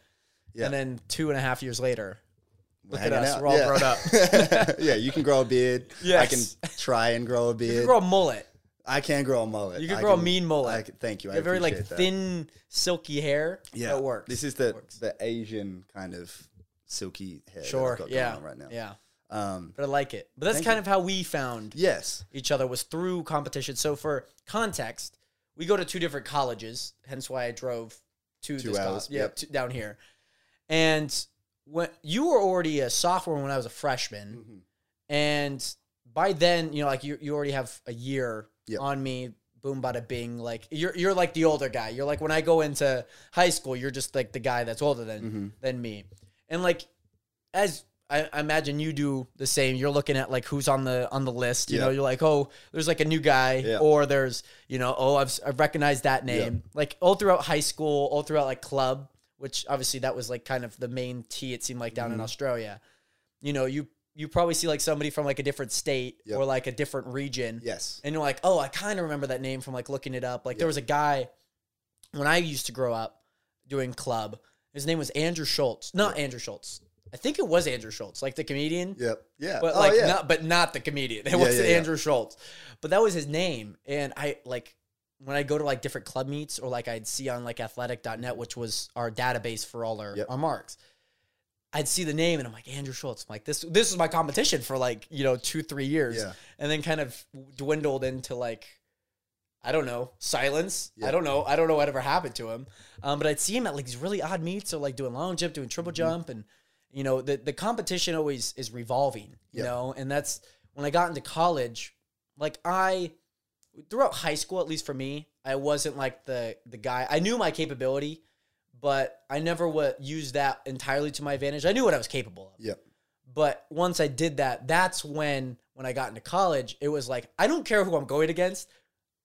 [SPEAKER 2] Yeah.
[SPEAKER 1] And then two and a half years later,
[SPEAKER 2] We're
[SPEAKER 1] look at
[SPEAKER 2] hanging
[SPEAKER 1] us.
[SPEAKER 2] out.
[SPEAKER 1] We're all
[SPEAKER 2] yeah.
[SPEAKER 1] grown up.
[SPEAKER 2] yeah, you can grow a beard. I
[SPEAKER 1] Yes.
[SPEAKER 2] can try and grow a beard.
[SPEAKER 1] you can grow a mullet.
[SPEAKER 2] I can grow a mullet.
[SPEAKER 1] You can
[SPEAKER 2] I
[SPEAKER 1] grow a mean mullet.
[SPEAKER 2] I can- thank you. I
[SPEAKER 1] You have very like
[SPEAKER 2] appreciate that.
[SPEAKER 1] thin, silky hair.
[SPEAKER 2] Yeah,
[SPEAKER 1] It works.
[SPEAKER 2] This is the
[SPEAKER 1] works.
[SPEAKER 2] the Asian kind of silky hair. that
[SPEAKER 1] sure.
[SPEAKER 2] I've got
[SPEAKER 1] yeah.
[SPEAKER 2] Going on right now.
[SPEAKER 1] Yeah.
[SPEAKER 2] Um.
[SPEAKER 1] But I like it. But that's
[SPEAKER 2] Thank
[SPEAKER 1] kind
[SPEAKER 2] you.
[SPEAKER 1] of how we found
[SPEAKER 2] Yes.
[SPEAKER 1] each other was through competition. So for context, we go to two different colleges, hence why I drove to
[SPEAKER 2] Two
[SPEAKER 1] this
[SPEAKER 2] hours,
[SPEAKER 1] college, yeah,
[SPEAKER 2] yep.
[SPEAKER 1] to, down here. And when you were already a sophomore when I was a freshman,
[SPEAKER 2] Mhm.
[SPEAKER 1] and by then, you know, like you, you already have a year
[SPEAKER 2] Yep.
[SPEAKER 1] on me. Boom, bada bing. Like you're you're like the older guy. You're like when I go into high school, you're just like the guy that's older than
[SPEAKER 2] Mhm.
[SPEAKER 1] than me. And like as I, I imagine you do the same. You're looking at like who's on the on the list. You
[SPEAKER 2] Yeah.
[SPEAKER 1] know, you're like, oh, there's like a new guy,
[SPEAKER 2] Yeah.
[SPEAKER 1] or there's you know, oh, I've I recognized that name. Like all throughout high school, all throughout like club, which obviously that was like kind of the main tea. It seemed like down
[SPEAKER 2] Mm-hmm.
[SPEAKER 1] in Australia, you know, you you probably see like somebody from like a different state
[SPEAKER 2] Yep.
[SPEAKER 1] or like a different region,
[SPEAKER 2] Yes.
[SPEAKER 1] and you're like, oh, I kind of remember that name from like looking it up. Like there was a guy when I used to grow up doing club. His name was Andrew Schultz. Not Andrew Schultz. I think it was Andrew Schultz, like the comedian.
[SPEAKER 2] Yep. Yeah.
[SPEAKER 1] But
[SPEAKER 2] oh,
[SPEAKER 1] like
[SPEAKER 2] yeah.
[SPEAKER 1] not but not the comedian. It
[SPEAKER 2] Yeah,
[SPEAKER 1] was
[SPEAKER 2] yeah, yeah.
[SPEAKER 1] Andrew Schultz. But that was his name. And I like when I go to like different club meets or like I'd see on like athletic.net, which was our database for all our,
[SPEAKER 2] Yep.
[SPEAKER 1] our marks. I'd see the name and I'm like Andrew Schultz. I'm like this this is my competition for like, you know, two, three years.
[SPEAKER 2] Yeah.
[SPEAKER 1] And then kind of dwindled into like I don't know, silence. I don't know. I don't know whatever happened to him. Um, but I'd see him at like these really odd meets, so like doing long jump, doing triple jump, and you know the the competition always is revolving. You
[SPEAKER 2] Yeah.
[SPEAKER 1] know, and that's when I got into college. Like I throughout high school, at least for me, I wasn't like the the guy. I knew my capability, but I never would used that entirely to my advantage. I knew what I was capable of.
[SPEAKER 2] Yeah.
[SPEAKER 1] But once I did that, that's when when I got into college, it was like I don't care who I'm going against.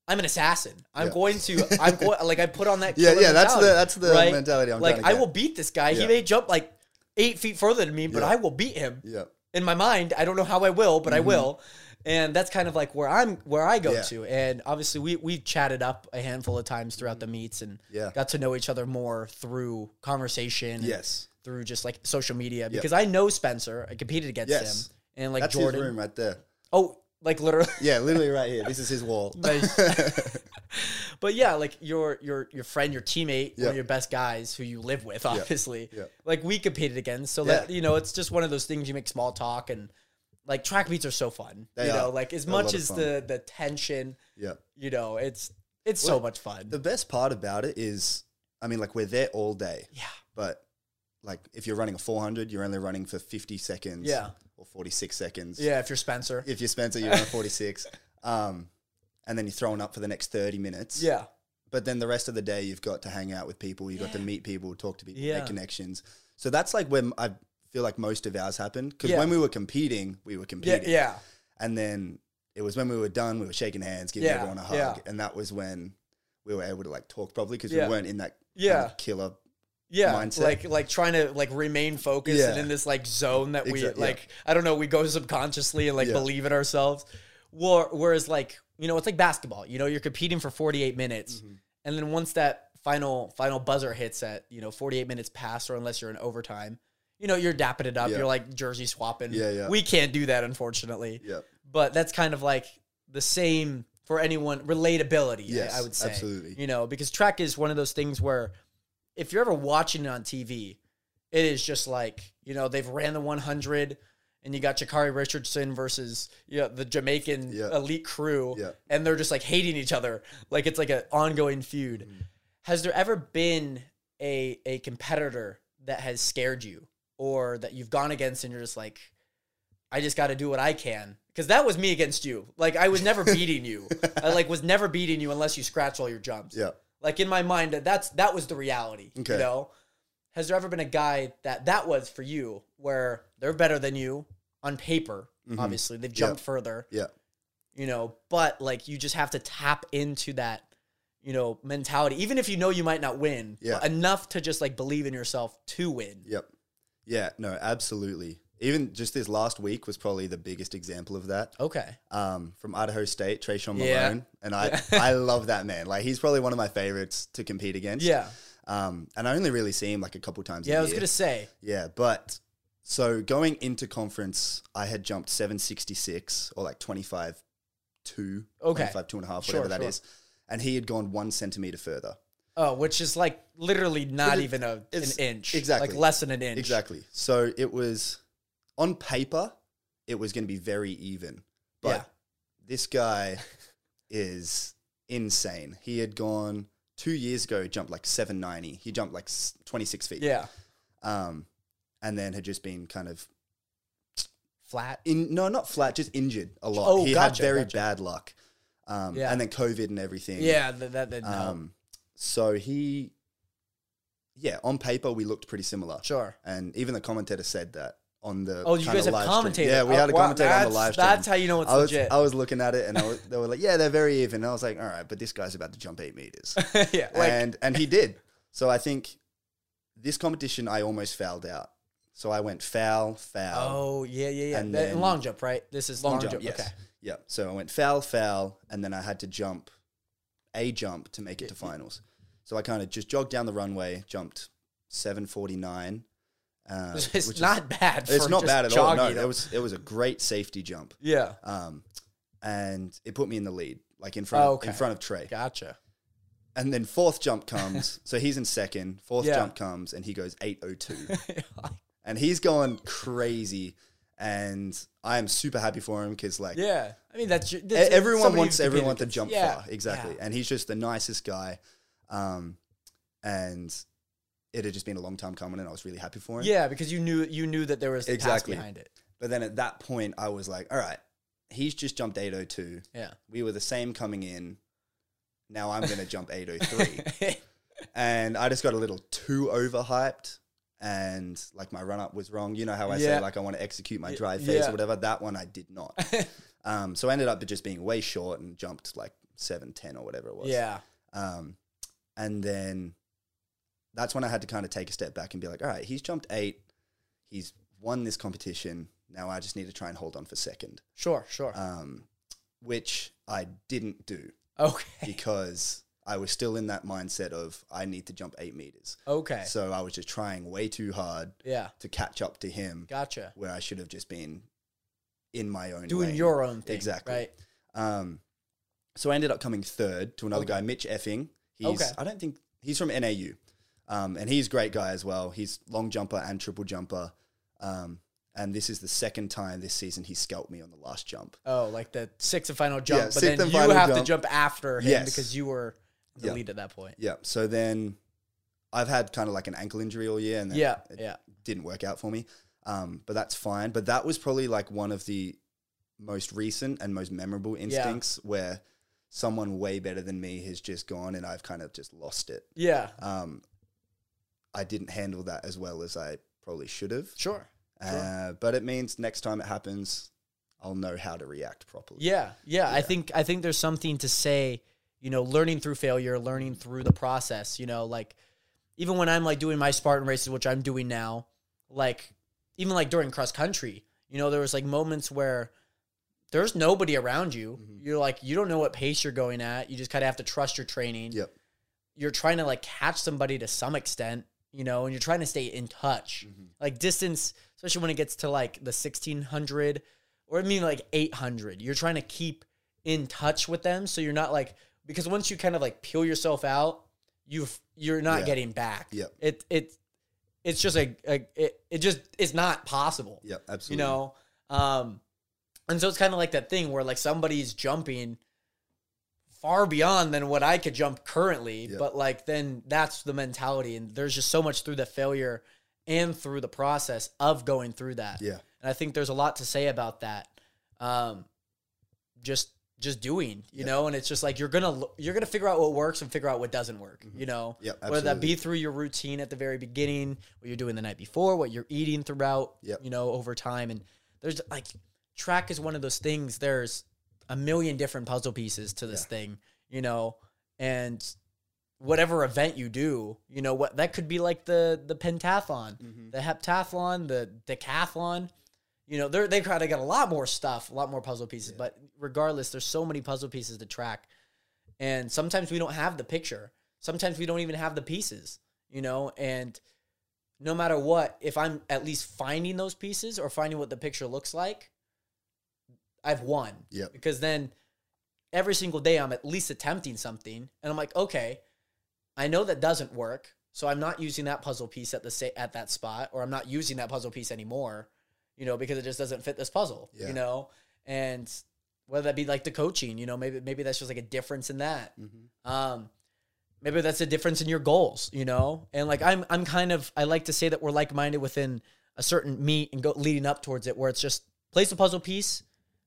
[SPEAKER 1] I'm an assassin. I'm
[SPEAKER 2] Yeah.
[SPEAKER 1] going to. I'm going. Like I put on that.
[SPEAKER 2] Yeah,
[SPEAKER 1] killer
[SPEAKER 2] yeah, that's the
[SPEAKER 1] mentality,
[SPEAKER 2] that's the
[SPEAKER 1] right?
[SPEAKER 2] mentality I'm
[SPEAKER 1] like
[SPEAKER 2] trying to
[SPEAKER 1] I
[SPEAKER 2] get.
[SPEAKER 1] will beat this guy. He
[SPEAKER 2] Yeah.
[SPEAKER 1] may jump like eight feet further than me, but
[SPEAKER 2] Yeah.
[SPEAKER 1] I will beat him
[SPEAKER 2] Yeah.
[SPEAKER 1] in my mind i don't know how i will but i will and that's kind of like where i'm where i go
[SPEAKER 2] Yeah.
[SPEAKER 1] to and obviously we we've chatted up a handful of times throughout the meets and
[SPEAKER 2] Yeah.
[SPEAKER 1] got to know each other more through conversation and
[SPEAKER 2] Yes.
[SPEAKER 1] through just like social media because i know spencer i competed against
[SPEAKER 2] Yes.
[SPEAKER 1] him and like
[SPEAKER 2] That's
[SPEAKER 1] jordan
[SPEAKER 2] his room right there.
[SPEAKER 1] oh like literally
[SPEAKER 2] Yeah, literally right here. This is his wall.
[SPEAKER 1] but yeah, like your your your friend, your teammate, one
[SPEAKER 2] Yeah.
[SPEAKER 1] of your best guys who you live with, obviously.
[SPEAKER 2] Yeah.
[SPEAKER 1] Like we competed against, so
[SPEAKER 2] Yeah.
[SPEAKER 1] that you know, it's just one of those things you make small talk and like track meets are so fun.
[SPEAKER 2] They
[SPEAKER 1] you know,
[SPEAKER 2] are.
[SPEAKER 1] like as
[SPEAKER 2] They're a lot
[SPEAKER 1] much
[SPEAKER 2] of
[SPEAKER 1] as
[SPEAKER 2] fun.
[SPEAKER 1] the the tension,
[SPEAKER 2] yeah.
[SPEAKER 1] you know, it's it's so
[SPEAKER 2] Well,
[SPEAKER 1] much fun.
[SPEAKER 2] The best part about it is, I mean, like we're there all day,
[SPEAKER 1] yeah,
[SPEAKER 2] but like if you're running a 400, you're only running for 50 seconds
[SPEAKER 1] Yeah.
[SPEAKER 2] or 46 seconds.
[SPEAKER 1] yeah. If you're Spencer,
[SPEAKER 2] If you're Spencer, you're on 46. Um, and then you're throwing up for the next 30 minutes.
[SPEAKER 1] yeah,
[SPEAKER 2] But then the rest of the day, you've got to hang out with people, you've got to
[SPEAKER 1] Yeah.
[SPEAKER 2] meet people, talk to people,
[SPEAKER 1] Yeah.
[SPEAKER 2] make connections. So that's like when I feel like most of ours happened. Because
[SPEAKER 1] Yeah.
[SPEAKER 2] when we were competing, we were
[SPEAKER 1] yeah,
[SPEAKER 2] competing.
[SPEAKER 1] yeah,
[SPEAKER 2] And then it was when we were done, we were shaking hands, giving
[SPEAKER 1] Yeah,
[SPEAKER 2] everyone a hug.
[SPEAKER 1] yeah.
[SPEAKER 2] And that was when we were able to like talk properly because
[SPEAKER 1] Yeah.
[SPEAKER 2] we weren't in that kind
[SPEAKER 1] Yeah.
[SPEAKER 2] of killer.
[SPEAKER 1] yeah.
[SPEAKER 2] mindset.
[SPEAKER 1] Like like trying to like remain focused and
[SPEAKER 2] Yeah.
[SPEAKER 1] in this like zone that we
[SPEAKER 2] Exact- yeah.
[SPEAKER 1] like. I don't know. We go subconsciously and like
[SPEAKER 2] Yeah.
[SPEAKER 1] believe in ourselves. Where, whereas like you know, it's like basketball. You know, you're competing for 48 minutes,
[SPEAKER 2] Mm-hmm.
[SPEAKER 1] and then once that final final buzzer hits at you know 48 minutes past, or unless you're in overtime, you know, you're dapping it up.
[SPEAKER 2] Yeah.
[SPEAKER 1] You're like jersey swapping.
[SPEAKER 2] Yeah, yeah.
[SPEAKER 1] We can't do that, unfortunately.
[SPEAKER 2] Yeah.
[SPEAKER 1] But that's kind of like the same for anyone relatability. I-
[SPEAKER 2] Yes,
[SPEAKER 1] I, would say
[SPEAKER 2] absolutely.
[SPEAKER 1] You know, because track is one of those things where if you're ever watching it on TV, it is just like you know they've ran the 100 and you got Jakari Richardson versus you know, the Jamaican
[SPEAKER 2] Yeah.
[SPEAKER 1] elite crew,
[SPEAKER 2] Yeah.
[SPEAKER 1] and they're just like hating each other, like it's like an ongoing feud.
[SPEAKER 2] Mm.
[SPEAKER 1] Has there ever been a a competitor that has scared you or that you've gone against and you're just like, I just got to do what I can because that was me against you. Like I was never beating you. I like was never beating you unless you scratch all your jumps.
[SPEAKER 2] Yeah.
[SPEAKER 1] Like in my mind, that- that's that was the reality. You
[SPEAKER 2] Okay.
[SPEAKER 1] know, has there ever been a guy that that was for you where they're better than you on paper?
[SPEAKER 2] Mm-hmm.
[SPEAKER 1] Obviously, they've jumped further.
[SPEAKER 2] Yeah.
[SPEAKER 1] You know, but like you just have to tap into that, you know, mentality. Even if you know you might not win,
[SPEAKER 2] Yeah.
[SPEAKER 1] but enough to just like believe in yourself to win.
[SPEAKER 2] Yep. Yeah. No, absolutely. Even just this last week was probably the biggest example of that.
[SPEAKER 1] Okay.
[SPEAKER 2] Um, from Idaho State, Trayshawn Malone,
[SPEAKER 1] Yeah.
[SPEAKER 2] and I, I love that man. Like he's probably one of my favorites to compete against.
[SPEAKER 1] Yeah.
[SPEAKER 2] Um, and I only really see him like a couple times.
[SPEAKER 1] Yeah.
[SPEAKER 2] a
[SPEAKER 1] I was
[SPEAKER 2] year.
[SPEAKER 1] gonna say.
[SPEAKER 2] Yeah, but so going into conference, I had jumped 766 or like 25 2,
[SPEAKER 1] Okay.
[SPEAKER 2] 25 two and a half,
[SPEAKER 1] Sure,
[SPEAKER 2] whatever that
[SPEAKER 1] sure.
[SPEAKER 2] is, And he had gone one centimeter further.
[SPEAKER 1] Oh, which is like literally not
[SPEAKER 2] it-
[SPEAKER 1] even a an
[SPEAKER 2] it's-
[SPEAKER 1] inch.
[SPEAKER 2] exactly.
[SPEAKER 1] Like less than an inch.
[SPEAKER 2] Exactly. So it was on paper, it was going to be very even. But
[SPEAKER 1] Yeah.
[SPEAKER 2] this guy is insane. He had gone two years ago, jumped like 790. He jumped like s- 26 feet.
[SPEAKER 1] Yeah.
[SPEAKER 2] Um, and then had just been kind of
[SPEAKER 1] Flat.
[SPEAKER 2] in no, not flat, just injured a lot.
[SPEAKER 1] Oh,
[SPEAKER 2] he
[SPEAKER 1] gotcha,
[SPEAKER 2] had very
[SPEAKER 1] gotcha.
[SPEAKER 2] bad luck, um,
[SPEAKER 1] Yeah.
[SPEAKER 2] and then COVID and everything.
[SPEAKER 1] Yeah. That. That. that no.
[SPEAKER 2] Um, so he, yeah, on paper we looked pretty similar,
[SPEAKER 1] Sure.
[SPEAKER 2] and even the commentator said that on the.
[SPEAKER 1] Oh, you
[SPEAKER 2] kinda
[SPEAKER 1] guys have
[SPEAKER 2] live
[SPEAKER 1] commentated.
[SPEAKER 2] Stream. Yeah, we
[SPEAKER 1] Oh,
[SPEAKER 2] had a
[SPEAKER 1] wow,
[SPEAKER 2] commentator on the
[SPEAKER 1] that's-
[SPEAKER 2] live stream.
[SPEAKER 1] That's how you know it's
[SPEAKER 2] I was,
[SPEAKER 1] legit.
[SPEAKER 2] I was looking at it, and I was, they were like, "Yeah, they're very even." And I was like, "All right, but this guy's about to jump eight meters."
[SPEAKER 1] yeah. Like.
[SPEAKER 2] and and he did. So I think this competition, I almost fouled out. So I went foul, foul,
[SPEAKER 1] oh yeah, yeah, yeah.
[SPEAKER 2] um, and
[SPEAKER 1] That-
[SPEAKER 2] then-
[SPEAKER 1] long jump, right? This is long, jump.
[SPEAKER 2] yes. Uh,
[SPEAKER 1] Okay.
[SPEAKER 2] Yeah. So I went foul, foul, and then I had to jump a jump to make it
[SPEAKER 1] Yeah,
[SPEAKER 2] to
[SPEAKER 1] yeah.
[SPEAKER 2] finals. So I kind of just jogged down the runway, jumped 749. Uh,
[SPEAKER 1] It's
[SPEAKER 2] which is-
[SPEAKER 1] not bad.
[SPEAKER 2] it's
[SPEAKER 1] for
[SPEAKER 2] not
[SPEAKER 1] just
[SPEAKER 2] bad at all. No,
[SPEAKER 1] jogging.
[SPEAKER 2] it was it was a great safety jump,
[SPEAKER 1] Yeah.
[SPEAKER 2] um, and it put me in the lead, like in front
[SPEAKER 1] Oh,
[SPEAKER 2] of,
[SPEAKER 1] okay.
[SPEAKER 2] in front of Trey.
[SPEAKER 1] Gotcha.
[SPEAKER 2] And then fourth jump comes, so he's in second. Fourth
[SPEAKER 1] Yeah.
[SPEAKER 2] oh jump comes, and he goes 802, and he's going crazy. and I am super happy for him because like
[SPEAKER 1] Yeah. I mean, that's, your,
[SPEAKER 2] e-
[SPEAKER 1] that's
[SPEAKER 2] everyone
[SPEAKER 1] somebody
[SPEAKER 2] wants
[SPEAKER 1] you've competed
[SPEAKER 2] everyone to
[SPEAKER 1] against.
[SPEAKER 2] jump
[SPEAKER 1] Yeah,
[SPEAKER 2] far exactly,
[SPEAKER 1] yeah.
[SPEAKER 2] and he's just the nicest guy, um, and it had just been a long time coming, and I was really happy for him.
[SPEAKER 1] Yeah, because you knew you knew that there was the
[SPEAKER 2] Exactly.
[SPEAKER 1] past behind it.
[SPEAKER 2] But then at that point, I was like, all right, he's just jumped 802.
[SPEAKER 1] Yeah.
[SPEAKER 2] We were the same coming in. Now I'm going to jump 803. And I just got a little too overhyped. And like my run up was wrong. You know how I
[SPEAKER 1] Yeah.
[SPEAKER 2] say, like, I want to execute my
[SPEAKER 1] Y-
[SPEAKER 2] drive phase
[SPEAKER 1] yeah.
[SPEAKER 2] or whatever? That one I did not. um, so I ended up just being way short and jumped like 710 or whatever it was.
[SPEAKER 1] yeah.
[SPEAKER 2] Um, and then that's when I had to kind of take a step back and be like, all right, he's jumped eight. He's won this competition. Now I just need to try and hold on for second,
[SPEAKER 1] Sure, sure.
[SPEAKER 2] um, which I didn't do
[SPEAKER 1] okay.
[SPEAKER 2] because I was still in that mindset of I need to jump eight meters.
[SPEAKER 1] Okay.
[SPEAKER 2] So I was just trying way too hard
[SPEAKER 1] yeah.
[SPEAKER 2] to catch up to him
[SPEAKER 1] Gotcha.
[SPEAKER 2] where I should have just been in my own
[SPEAKER 1] Doing
[SPEAKER 2] lane.
[SPEAKER 1] your own thing.
[SPEAKER 2] Exactly.
[SPEAKER 1] Right.
[SPEAKER 2] Um, so I ended up coming third to another
[SPEAKER 1] Okay.
[SPEAKER 2] guy, Mitch Effing. He's
[SPEAKER 1] Okay.
[SPEAKER 2] I don't think he's from NAU, um, and he's a great guy as well. He's long jumper and triple jumper, um, and this is the second time this season he scalped me on the last jump.
[SPEAKER 1] Oh, like the sixth and final jump,
[SPEAKER 2] Yeah,
[SPEAKER 1] but
[SPEAKER 2] sixth
[SPEAKER 1] then
[SPEAKER 2] and
[SPEAKER 1] you
[SPEAKER 2] final
[SPEAKER 1] have to
[SPEAKER 2] jump.
[SPEAKER 1] jump after him
[SPEAKER 2] Yes.
[SPEAKER 1] because you were the
[SPEAKER 2] Yeah.
[SPEAKER 1] lead at that point.
[SPEAKER 2] Yeah. So then I've had kind of like an ankle injury all year, and then
[SPEAKER 1] Yeah,
[SPEAKER 2] it
[SPEAKER 1] yeah.
[SPEAKER 2] didn't work out for me. Um, but that's fine. But that was probably like one of the most recent and most memorable instincts where someone way better than me has just gone, and I've kind of just lost it.
[SPEAKER 1] Yeah.
[SPEAKER 2] um, I didn't handle that as well as I probably should have.
[SPEAKER 1] Sure.
[SPEAKER 2] Uh, but it means next time it happens, I'll know how to react properly.
[SPEAKER 1] Yeah, yeah. I think I think there's something to say, you know, learning through failure, learning through the process, you know, like even when I'm like doing my Spartan races, which I'm doing now, like even like during cross country, you know, there was like moments where there's nobody around you. You're like you don't know what pace you're going at. You just kind of have to trust your training.
[SPEAKER 2] Yep.
[SPEAKER 1] You're trying to like catch somebody to some extent, you know, and you're trying to stay in
[SPEAKER 2] Mm-hmm.
[SPEAKER 1] touch. Like distance, especially when it gets to like the 1600 or I mean like 800. You're trying to keep in touch with them so you're not like because once you kind of like peel yourself out, you've you're not
[SPEAKER 2] Yeah.
[SPEAKER 1] getting back.
[SPEAKER 2] Yep.
[SPEAKER 1] It it it's just a, a it, it just it's not possible.
[SPEAKER 2] Yep.
[SPEAKER 1] You
[SPEAKER 2] Absolutely.
[SPEAKER 1] know. Um and so it's kind of like that thing where like somebody's jumping far beyond than what I could jump currently,
[SPEAKER 2] Yep.
[SPEAKER 1] but like then that's the mentality and there's just so much through the failure and through the process of going through that.
[SPEAKER 2] Yeah.
[SPEAKER 1] And I think there's a lot to say about that. Um, just just doing, you
[SPEAKER 2] Yeah.
[SPEAKER 1] know, and it's just like you're gonna lo- you're gonna figure out what works and figure out what doesn't work,
[SPEAKER 2] Mm-hmm.
[SPEAKER 1] you know.
[SPEAKER 2] Yep,
[SPEAKER 1] Whether that be through your routine at the very beginning, what you're doing the night before, what you're eating throughout,
[SPEAKER 2] Yep.
[SPEAKER 1] you know, over time. And there's like track is one of those things. There's a million different puzzle pieces to this thing, you know, and whatever event you do, you know what that could be like the the pentathlon,
[SPEAKER 2] Mm-hmm.
[SPEAKER 1] the heptathlon, the decathlon. You know, they're, they kind of got a lot more stuff, a lot more puzzle pieces. But regardless, there's so many puzzle pieces to track, and sometimes we don't have the picture. Sometimes we don't even have the pieces. You know, and no matter what, if I'm at least finding those pieces or finding what the picture looks like, I've won.
[SPEAKER 2] Yep.
[SPEAKER 1] Because then every single day I'm at least attempting something and I'm like, okay, I know that doesn't work. So I'm not using that puzzle piece at the sa- at that spot or I'm not using that puzzle piece anymore, you know, because it just doesn't fit this puzzle,
[SPEAKER 2] Yeah.
[SPEAKER 1] you know? And whether that be like the coaching, you know, maybe maybe that's just like a difference in that.
[SPEAKER 2] Mm-hmm.
[SPEAKER 1] Um maybe that's a difference in your goals, you know? And like I'm I'm kind of I like to say that we're like minded within a certain meet and go leading up towards it where it's just place a puzzle piece,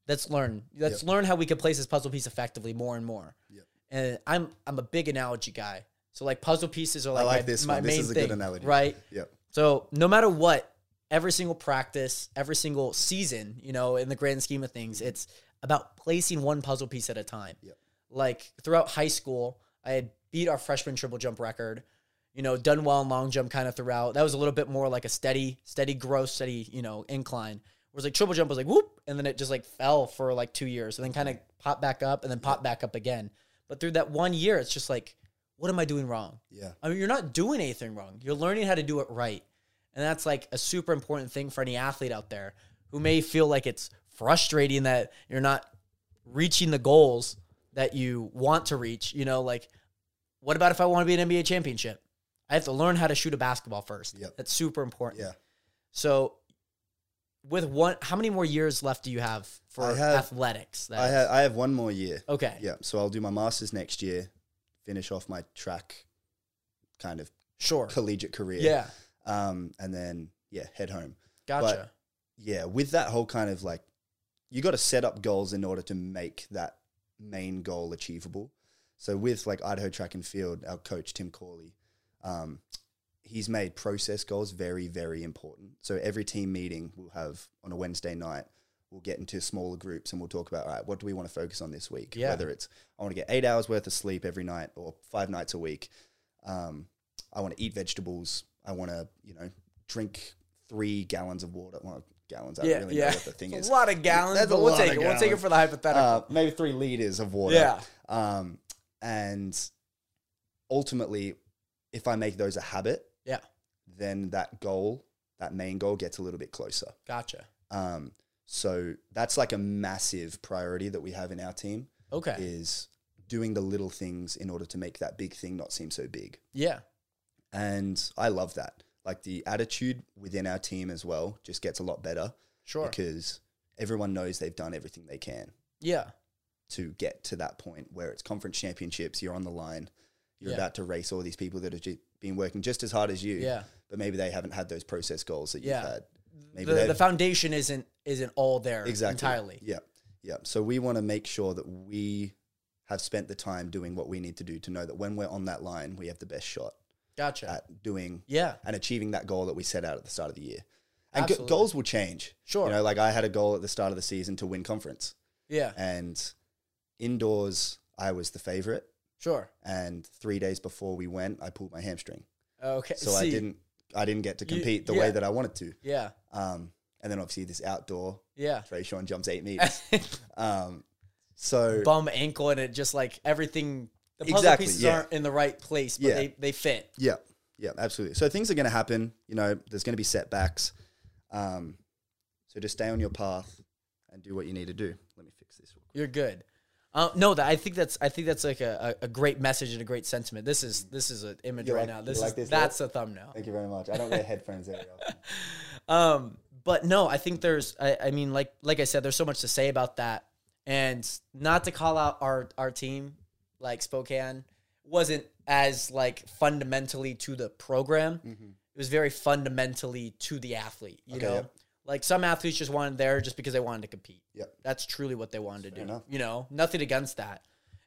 [SPEAKER 1] let's learn. Let's learn how we can place this puzzle piece effectively more and more.
[SPEAKER 2] Yep.
[SPEAKER 1] And I'm I'm a big analogy guy. So like puzzle pieces are like,
[SPEAKER 2] like
[SPEAKER 1] my,
[SPEAKER 2] this
[SPEAKER 1] my
[SPEAKER 2] one. This
[SPEAKER 1] main
[SPEAKER 2] is a
[SPEAKER 1] thing,
[SPEAKER 2] good analogy.
[SPEAKER 1] Right.
[SPEAKER 2] Yep.
[SPEAKER 1] So no matter what, every single practice, every single season, you know, in the grand scheme of things, it's about placing one puzzle piece at a time.
[SPEAKER 2] Yep.
[SPEAKER 1] Like throughout high school, I had beat our freshman triple jump record. You know, done well in long jump kind of throughout. That was a little bit more like a steady, steady growth, steady, you know, incline. Whereas like triple jump was like whoop, and then it just like fell for like two years and then kind of popped back up and then popped back up again. But through that one year, it's just like, what am I doing wrong?
[SPEAKER 2] Yeah.
[SPEAKER 1] I mean, you're not doing anything wrong. You're learning how to do it right. And that's like a super important thing for any athlete out there who may feel like it's frustrating that you're not reaching the goals that you want to reach. You know, like, what about if I want to be an NBA championship? I have to learn how to shoot a basketball first.
[SPEAKER 2] Yep.
[SPEAKER 1] That's super important.
[SPEAKER 2] Yeah.
[SPEAKER 1] So with one, how many more years left do you have for
[SPEAKER 2] I have-
[SPEAKER 1] athletics? That
[SPEAKER 2] I,
[SPEAKER 1] is?
[SPEAKER 2] ha- I have one more year.
[SPEAKER 1] okay.
[SPEAKER 2] Yeah, so I'll do my master's next year, finish off my track kind of
[SPEAKER 1] Sure.
[SPEAKER 2] collegiate career.
[SPEAKER 1] Yeah.
[SPEAKER 2] Um, and then, yeah, head home.
[SPEAKER 1] Gotcha.
[SPEAKER 2] Yeah, with that whole kind of like, you got to set up goals in order to make that main goal achievable. So with like Idaho Track and Field, our coach, Tim Corley, um, he's made process goals very, very important. So every team meeting we'll have on a Wednesday night, we'll get into smaller groups and we'll talk about, all right, what do we want to focus on this week?
[SPEAKER 1] Yeah.
[SPEAKER 2] Whether it's, I want to get eight hours worth of sleep every night or five nights a week. Um, I want to eat vegetables. I want to, you know, drink three gallons of water. Well, gallons, I
[SPEAKER 1] yeah.
[SPEAKER 2] don't really
[SPEAKER 1] yeah.
[SPEAKER 2] know what the thing
[SPEAKER 1] It's
[SPEAKER 2] is.
[SPEAKER 1] a lot of gallons,
[SPEAKER 2] That's
[SPEAKER 1] but
[SPEAKER 2] a
[SPEAKER 1] we'll
[SPEAKER 2] lot
[SPEAKER 1] take it.
[SPEAKER 2] of
[SPEAKER 1] We'll take it
[SPEAKER 2] gallons.
[SPEAKER 1] for the hypothetical.
[SPEAKER 2] Uh, maybe three liters of water.
[SPEAKER 1] yeah.
[SPEAKER 2] Um, and ultimately, if I make those a habit,
[SPEAKER 1] Yeah.
[SPEAKER 2] then that goal, that main goal, gets a little bit closer.
[SPEAKER 1] Gotcha.
[SPEAKER 2] Um, so that's like a massive priority that we have in our team
[SPEAKER 1] Okay.
[SPEAKER 2] is doing the little things in order to make that big thing not seem so big.
[SPEAKER 1] yeah.
[SPEAKER 2] And I love that. Like the attitude within our team as well just gets a lot better
[SPEAKER 1] Sure.
[SPEAKER 2] because everyone knows they've done everything they can
[SPEAKER 1] Yeah.
[SPEAKER 2] to get to that point where it's conference championships, you're on the line, you're
[SPEAKER 1] Yeah.
[SPEAKER 2] about to race all these people that have ju- been working just as hard as you,
[SPEAKER 1] Yeah.
[SPEAKER 2] but maybe they haven't had those process goals that you've
[SPEAKER 1] Yeah.
[SPEAKER 2] had. Maybe
[SPEAKER 1] The,
[SPEAKER 2] they've-
[SPEAKER 1] the foundation isn't isn't all there
[SPEAKER 2] exactly
[SPEAKER 1] entirely.
[SPEAKER 2] Yeah, yeah. So we want to make sure that we have spent the time doing what we need to do to know that when we're on that line, we have the best shot
[SPEAKER 1] Gotcha.
[SPEAKER 2] at doing
[SPEAKER 1] yeah.
[SPEAKER 2] and achieving that goal that we set out at the start of the year. And go-
[SPEAKER 1] Absolutely.
[SPEAKER 2] goals will change.
[SPEAKER 1] Sure.
[SPEAKER 2] You know, like I had a goal at the start of the season to win conference,
[SPEAKER 1] Yeah.
[SPEAKER 2] and indoors I was the favorite.
[SPEAKER 1] Sure.
[SPEAKER 2] and three days before we went, I pulled my hamstring,
[SPEAKER 1] Okay.
[SPEAKER 2] so I
[SPEAKER 1] see.
[SPEAKER 2] didn't I didn't get to
[SPEAKER 1] You-
[SPEAKER 2] compete the
[SPEAKER 1] yeah.
[SPEAKER 2] way that I wanted to.
[SPEAKER 1] Yeah.
[SPEAKER 2] Um, and then obviously this outdoor,
[SPEAKER 1] Yeah.
[SPEAKER 2] Trayshawn jumps eight meters. um, so
[SPEAKER 1] Bum ankle and it just like everything. The puzzle
[SPEAKER 2] Exactly,
[SPEAKER 1] pieces
[SPEAKER 2] yeah.
[SPEAKER 1] aren't in the right place, but
[SPEAKER 2] Yeah.
[SPEAKER 1] they, they fit.
[SPEAKER 2] yeah, yeah, absolutely. So things are going to happen. You know, there's going to be setbacks. Um, so just stay on your path and do what you need to do. Let me fix this. real quick.
[SPEAKER 1] You're good. Uh, no, that I think that's I think that's like a, a, a great message and a great sentiment. This is this is an image
[SPEAKER 2] You
[SPEAKER 1] right
[SPEAKER 2] like-
[SPEAKER 1] now.
[SPEAKER 2] you
[SPEAKER 1] This
[SPEAKER 2] like
[SPEAKER 1] is
[SPEAKER 2] this, right?
[SPEAKER 1] that's a thumbnail.
[SPEAKER 2] Thank you very much. I don't wear headphones very often.
[SPEAKER 1] Um, but no, I think there's, I, I mean, like, like I said, there's so much to say about that, and not to call out our our team, like Spokane, wasn't as like fundamentally to the program. It was very fundamentally to the athlete. You
[SPEAKER 2] Mm-hmm. Okay,
[SPEAKER 1] know,
[SPEAKER 2] yep.
[SPEAKER 1] like some athletes just wanted there just because they wanted to compete.
[SPEAKER 2] Yep.
[SPEAKER 1] that's truly what they wanted to do.
[SPEAKER 2] enough.
[SPEAKER 1] You know, nothing against that,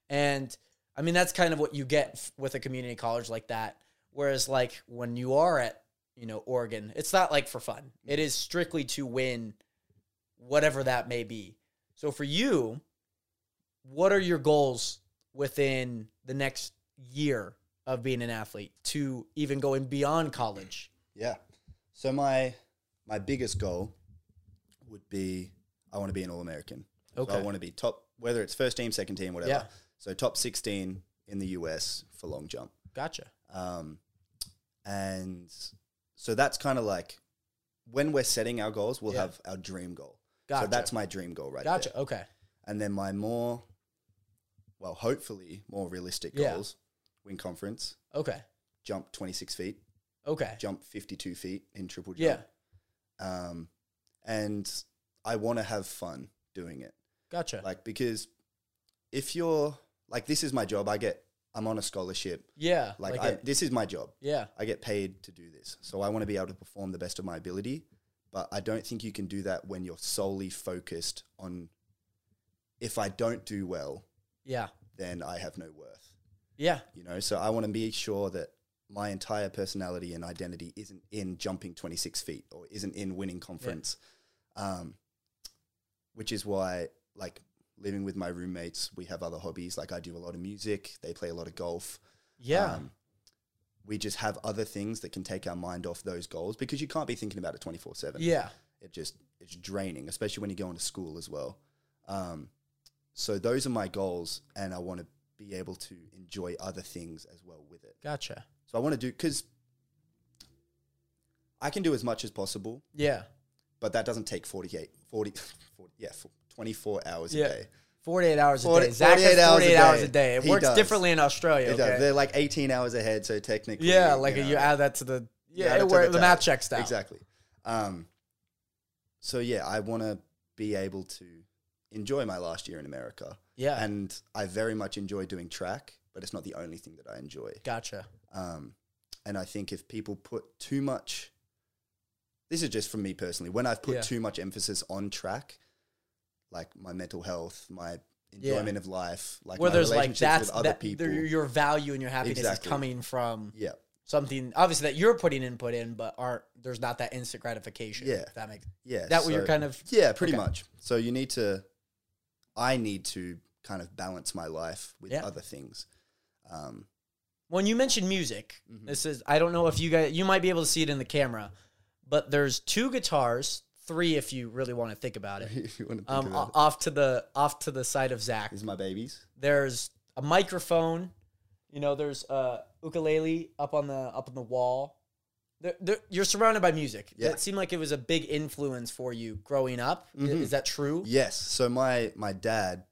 [SPEAKER 1] and I mean that's kind of what you get f- with a community college like that. Whereas like when you are at you know Oregon, it's not like for fun. It is strictly to win, whatever that may be. So for you, what are your goals within the next year of being an athlete to even going beyond college?
[SPEAKER 2] Yeah. So my my biggest goal would be I want to be an All American. So
[SPEAKER 1] Okay.
[SPEAKER 2] I want to be top, whether it's first team, second team, whatever.
[SPEAKER 1] Yeah.
[SPEAKER 2] So top 16 in the US for long jump.
[SPEAKER 1] Gotcha.
[SPEAKER 2] Um, and so that's kind of like when we're setting our goals, we'll
[SPEAKER 1] Yeah.
[SPEAKER 2] have our dream goal.
[SPEAKER 1] Gotcha.
[SPEAKER 2] So that's my dream goal right
[SPEAKER 1] gotcha.
[SPEAKER 2] there.
[SPEAKER 1] Okay.
[SPEAKER 2] And then my more, well, hopefully more realistic
[SPEAKER 1] Yeah.
[SPEAKER 2] goals win conference,
[SPEAKER 1] Okay.
[SPEAKER 2] jump 26 feet,
[SPEAKER 1] Okay.
[SPEAKER 2] jump 52 feet in triple jump
[SPEAKER 1] Yeah.
[SPEAKER 2] um, and I want to have fun doing it.
[SPEAKER 1] Gotcha.
[SPEAKER 2] Like because if you're like this is my job, I get I'm on a scholarship.
[SPEAKER 1] yeah.
[SPEAKER 2] Like,
[SPEAKER 1] Like,
[SPEAKER 2] I,
[SPEAKER 1] it-
[SPEAKER 2] this is my job.
[SPEAKER 1] yeah.
[SPEAKER 2] I get paid to do this, so I want to be able to perform the best of my ability. But I don't think you can do that when you're solely focused on. If I don't do well,
[SPEAKER 1] Yeah.
[SPEAKER 2] then I have no worth.
[SPEAKER 1] Yeah.
[SPEAKER 2] You know, so I want to be sure that my entire personality and identity isn't in jumping 26 feet or isn't in winning conference. Um, which is why, like, living with my roommates, we have other hobbies. Like, I do a lot of music, they play a lot of golf.
[SPEAKER 1] Yeah.
[SPEAKER 2] Um, we just have other things that can take our mind off those goals because you can't be thinking about it 24 7
[SPEAKER 1] yeah.
[SPEAKER 2] it just it's draining, especially when you're going to school as well. Um, so those are my goals, and I want to be able to enjoy other things as well with it.
[SPEAKER 1] Gotcha.
[SPEAKER 2] So I want to do because I can do as much as possible,
[SPEAKER 1] Yeah.
[SPEAKER 2] but that doesn't take 48, 40, 40 yeah, f- 24 hours
[SPEAKER 1] Yeah.
[SPEAKER 2] a day.
[SPEAKER 1] 48 hours a
[SPEAKER 2] Forty-
[SPEAKER 1] day. Zach 48
[SPEAKER 2] 48
[SPEAKER 1] has
[SPEAKER 2] hours a
[SPEAKER 1] 48 hours a day.
[SPEAKER 2] day.
[SPEAKER 1] It
[SPEAKER 2] He
[SPEAKER 1] works
[SPEAKER 2] does.
[SPEAKER 1] differently in Australia.
[SPEAKER 2] It
[SPEAKER 1] okay?
[SPEAKER 2] does. They're like 18 hours ahead, so technically,
[SPEAKER 1] yeah. Like
[SPEAKER 2] you
[SPEAKER 1] you,
[SPEAKER 2] know,
[SPEAKER 1] add that to the,
[SPEAKER 2] you
[SPEAKER 1] yeah,
[SPEAKER 2] add it
[SPEAKER 1] it
[SPEAKER 2] to
[SPEAKER 1] wor- the,
[SPEAKER 2] tally.
[SPEAKER 1] math checks out.
[SPEAKER 2] Exactly. Um, so yeah, I want to be able to enjoy my last year in America.
[SPEAKER 1] Yeah.
[SPEAKER 2] And I very much enjoy doing track, but it's not the only thing that I enjoy.
[SPEAKER 1] Gotcha.
[SPEAKER 2] Um, and I think if people put too much, this is just from me personally, when I've put
[SPEAKER 1] Yeah.
[SPEAKER 2] too much emphasis on track, like my mental health, my
[SPEAKER 1] Yeah.
[SPEAKER 2] enjoyment of life, like
[SPEAKER 1] Where
[SPEAKER 2] my
[SPEAKER 1] there's like
[SPEAKER 2] relationships
[SPEAKER 1] that's
[SPEAKER 2] with other
[SPEAKER 1] that,
[SPEAKER 2] people.
[SPEAKER 1] there- your value and your happiness
[SPEAKER 2] Exactly.
[SPEAKER 1] is coming from
[SPEAKER 2] yeah.
[SPEAKER 1] something obviously that you're putting input in, but aren't there's not that instant gratification.
[SPEAKER 2] Yeah.
[SPEAKER 1] if that makes
[SPEAKER 2] Yeah.
[SPEAKER 1] that what you're
[SPEAKER 2] so-
[SPEAKER 1] kind of
[SPEAKER 2] Yeah, pretty
[SPEAKER 1] Okay.
[SPEAKER 2] much. So you need to, I need to kind of balance my life with
[SPEAKER 1] Yeah.
[SPEAKER 2] other things. Um,
[SPEAKER 1] when you mentioned music.
[SPEAKER 2] Mm-hmm.
[SPEAKER 1] This is I don't know if you guys you might be able to see it in the camera, but there's two guitars, three if you really want to think about it.
[SPEAKER 2] if you want to think
[SPEAKER 1] Um,
[SPEAKER 2] about
[SPEAKER 1] o- off to the off to the side of Zach.
[SPEAKER 2] it. These are my babies.
[SPEAKER 1] there's a microphone you know there's a ukulele up on the up on the wall there, there, you're surrounded by music
[SPEAKER 2] Yeah.
[SPEAKER 1] that seemed like it was a big influence for you growing up I-
[SPEAKER 2] Mm-hmm.
[SPEAKER 1] is that true
[SPEAKER 2] Yes. So my my dad,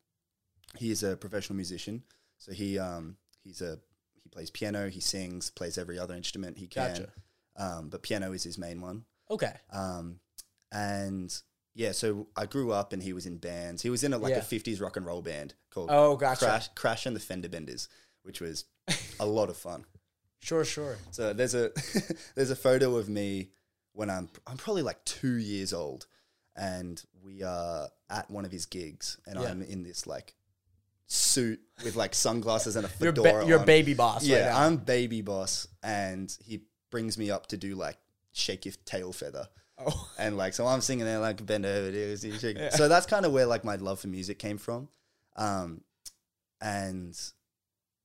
[SPEAKER 2] he is a professional musician. So he um he's a he plays piano, he sings, plays every other instrument he can.
[SPEAKER 1] Gotcha.
[SPEAKER 2] Um, but piano is his main one.
[SPEAKER 1] okay
[SPEAKER 2] Um, and yeah, so I grew up and he was in bands. He was in a, like
[SPEAKER 1] Yeah.
[SPEAKER 2] a '50s rock and roll band called
[SPEAKER 1] oh gotcha
[SPEAKER 2] Crash Crash and the Fender Benders, which was a lot of fun.
[SPEAKER 1] sure sure
[SPEAKER 2] So there's a there's a photo of me when I'm I'm probably like two years old, and we are at one of his gigs, and
[SPEAKER 1] Yeah.
[SPEAKER 2] I'm in this like suit with like sunglasses and a
[SPEAKER 1] you're,
[SPEAKER 2] fedora.
[SPEAKER 1] ba- you're
[SPEAKER 2] on.
[SPEAKER 1] baby boss
[SPEAKER 2] Yeah,
[SPEAKER 1] right now.
[SPEAKER 2] I'm baby boss, and he brings me up to do like shake your tail feather.
[SPEAKER 1] oh
[SPEAKER 2] And like, so I'm singing there like bend over, dude, so you shake- So that's kind of where like my love for music came from. Um, and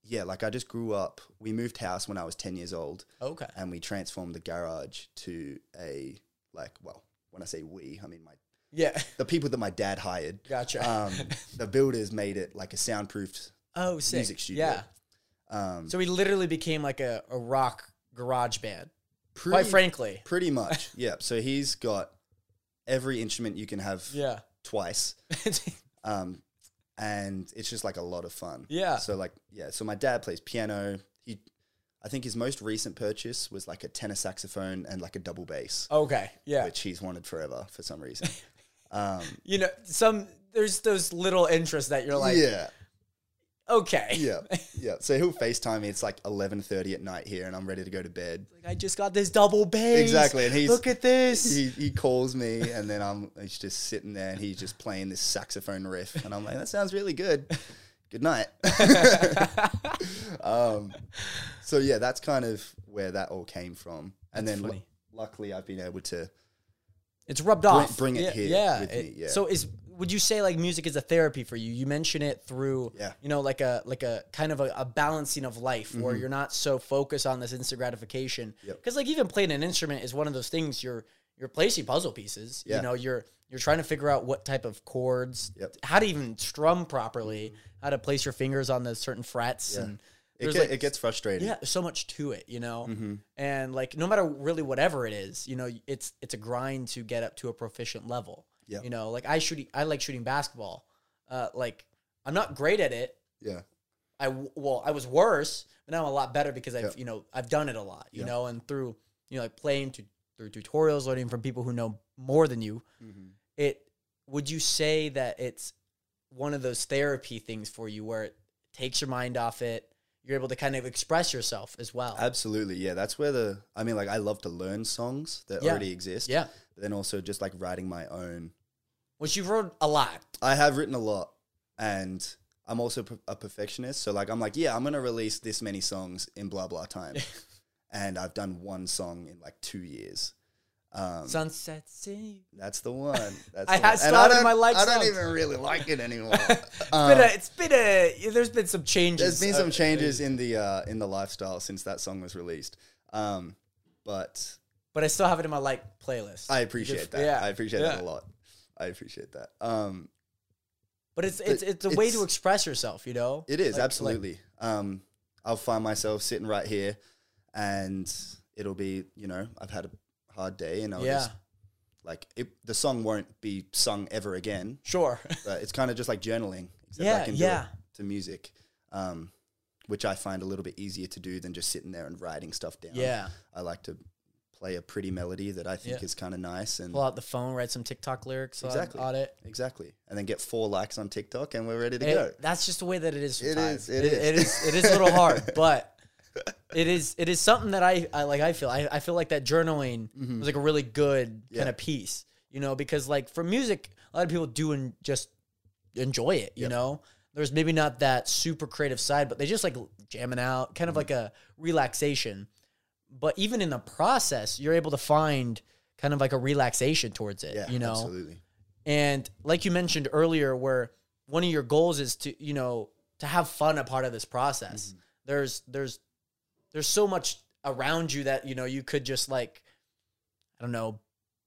[SPEAKER 2] yeah, like I just grew up. We moved house when I was 10 years old
[SPEAKER 1] okay
[SPEAKER 2] and we transformed the garage to a like, well, when I say we, I mean my,
[SPEAKER 1] yeah
[SPEAKER 2] the people that my dad hired,
[SPEAKER 1] gotcha
[SPEAKER 2] um, the builders made it like a soundproofed,
[SPEAKER 1] oh sick.
[SPEAKER 2] music studio.
[SPEAKER 1] yeah
[SPEAKER 2] um,
[SPEAKER 1] so he literally became like a, a rock garage band quite
[SPEAKER 2] pretty,
[SPEAKER 1] frankly
[SPEAKER 2] pretty much. yeah. So he's got every instrument you can have
[SPEAKER 1] yeah
[SPEAKER 2] twice. um, and it's just like a lot of fun.
[SPEAKER 1] Yeah.
[SPEAKER 2] So like, yeah. So my dad plays piano. He, I think his most recent purchase was like a tenor saxophone and like a double bass,
[SPEAKER 1] okay Oh, yeah
[SPEAKER 2] which he's wanted forever for some reason. um,
[SPEAKER 1] you know some there's those little interests that you're like
[SPEAKER 2] yeah,
[SPEAKER 1] okay
[SPEAKER 2] yeah, yeah. So he'll Facetime me. It's like eleven thirty at night here, and I'm ready to go to bed.
[SPEAKER 1] Like, I just got this double bass.
[SPEAKER 2] Exactly, and he's-
[SPEAKER 1] look at this.
[SPEAKER 2] He, he calls me, and then I'm he's just sitting there, and he's just playing this saxophone riff, and I'm like, that sounds really good. Good night. um, so yeah, that's kind of where that all came from, and
[SPEAKER 1] That's
[SPEAKER 2] then lu-
[SPEAKER 1] funny.
[SPEAKER 2] luckily I've been able to.
[SPEAKER 1] it's rubbed off.
[SPEAKER 2] bring it
[SPEAKER 1] yeah,
[SPEAKER 2] here
[SPEAKER 1] Yeah.
[SPEAKER 2] with
[SPEAKER 1] it-
[SPEAKER 2] me, yeah.
[SPEAKER 1] So is would you say like music is a therapy for you? You mention it through
[SPEAKER 2] Yeah.
[SPEAKER 1] you know like a like a kind of a, a balancing of life where you're not so focused on this instant gratification.
[SPEAKER 2] Mm-hmm. Yep.
[SPEAKER 1] Cuz like even playing an instrument is one of those things you're you're placing puzzle pieces.
[SPEAKER 2] Yeah.
[SPEAKER 1] You know, you're you're trying to figure out what type of chords,
[SPEAKER 2] Yep.
[SPEAKER 1] how to even strum properly, how to place your fingers on the certain frets and
[SPEAKER 2] It,
[SPEAKER 1] there's,
[SPEAKER 2] ge-
[SPEAKER 1] like,
[SPEAKER 2] it Mm-hmm. gets frustrating.
[SPEAKER 1] yeah there's so much to it you know and like no matter really whatever it is you know it's it's a grind to get up to a proficient level
[SPEAKER 2] Yep.
[SPEAKER 1] you know like i shoot i like shooting basketball uh like i'm not great at it
[SPEAKER 2] yeah,
[SPEAKER 1] i w- well i was worse but now i'm a lot better because i've
[SPEAKER 2] Yep.
[SPEAKER 1] you know i've done it a lot you
[SPEAKER 2] Yeah.
[SPEAKER 1] know and through you know like playing to through tutorials learning from people who know more than you
[SPEAKER 2] Mhm.
[SPEAKER 1] it would you say that it's one of those therapy things for you where it takes your mind off it you're able to kind of express yourself as well
[SPEAKER 2] absolutely. Yeah, that's where the. I mean, like I love to learn songs that
[SPEAKER 1] Yeah.
[SPEAKER 2] already exist.
[SPEAKER 1] yeah
[SPEAKER 2] But then also just like writing my own.
[SPEAKER 1] which you've wrote a lot
[SPEAKER 2] I have written a lot, and I'm also per- a perfectionist. So like I'm like, yeah, I'm gonna release this many songs in blah blah time, and I've done one song in like two years. Um,
[SPEAKER 1] sunset city
[SPEAKER 2] that's the one. That's
[SPEAKER 1] I
[SPEAKER 2] the one.
[SPEAKER 1] had
[SPEAKER 2] And I
[SPEAKER 1] started
[SPEAKER 2] don't-
[SPEAKER 1] my life
[SPEAKER 2] I don't
[SPEAKER 1] songs.
[SPEAKER 2] even really like it anymore.
[SPEAKER 1] Been
[SPEAKER 2] Um,
[SPEAKER 1] a- it's been a there's been some changes
[SPEAKER 2] There's been
[SPEAKER 1] Uh,
[SPEAKER 2] some changes in the uh, in the lifestyle since that song was released, um, but
[SPEAKER 1] but i still have it in my like playlist
[SPEAKER 2] I appreciate that.
[SPEAKER 1] yeah,
[SPEAKER 2] I appreciate that
[SPEAKER 1] yeah.
[SPEAKER 2] a lot. I appreciate that. Um,
[SPEAKER 1] but it's it's it's a way to
[SPEAKER 2] it's-
[SPEAKER 1] express yourself you know
[SPEAKER 2] It is
[SPEAKER 1] Like- like-
[SPEAKER 2] absolutely. um, I'll find myself sitting right here, and it'll be you know I've had a hard day, and I'll
[SPEAKER 1] yeah
[SPEAKER 2] just like it, the song won't be sung ever again.
[SPEAKER 1] sure
[SPEAKER 2] But it's kind of just like journaling, except
[SPEAKER 1] Yeah,
[SPEAKER 2] I can
[SPEAKER 1] yeah.
[SPEAKER 2] do it to music, um, which I find a little bit easier to do than just sitting there and writing stuff down.
[SPEAKER 1] yeah
[SPEAKER 2] I like to play a pretty melody that I think
[SPEAKER 1] Yeah.
[SPEAKER 2] is kind of nice and
[SPEAKER 1] Pull out the phone, write some TikTok lyrics
[SPEAKER 2] Exactly.
[SPEAKER 1] on, on it.
[SPEAKER 2] exactly, and then get four likes on TikTok and we're ready to
[SPEAKER 1] It-
[SPEAKER 2] go.
[SPEAKER 1] that's just the way that it is. Sometimes.
[SPEAKER 2] is, it is.
[SPEAKER 1] It is. It is a little hard, but it is. It is something that I, I like. I feel. I, I feel like that journaling was like a really good
[SPEAKER 2] Mm-hmm. Yeah.
[SPEAKER 1] kind of piece. You know, because like for music, a lot of people do and just enjoy it. You know, there's maybe not that super creative side, but they just like jamming out,
[SPEAKER 2] Mm-hmm.
[SPEAKER 1] kind of like a relaxation. But even in the process, you're able to find kind of like a relaxation towards it.
[SPEAKER 2] Yeah,
[SPEAKER 1] eh, you know,
[SPEAKER 2] absolutely.
[SPEAKER 1] and like you mentioned earlier, where one of your goals is to, you know, to have fun a part of this process.
[SPEAKER 2] Mm-hmm.
[SPEAKER 1] There's there's there's so much around you that, you know, you could just like I don't know,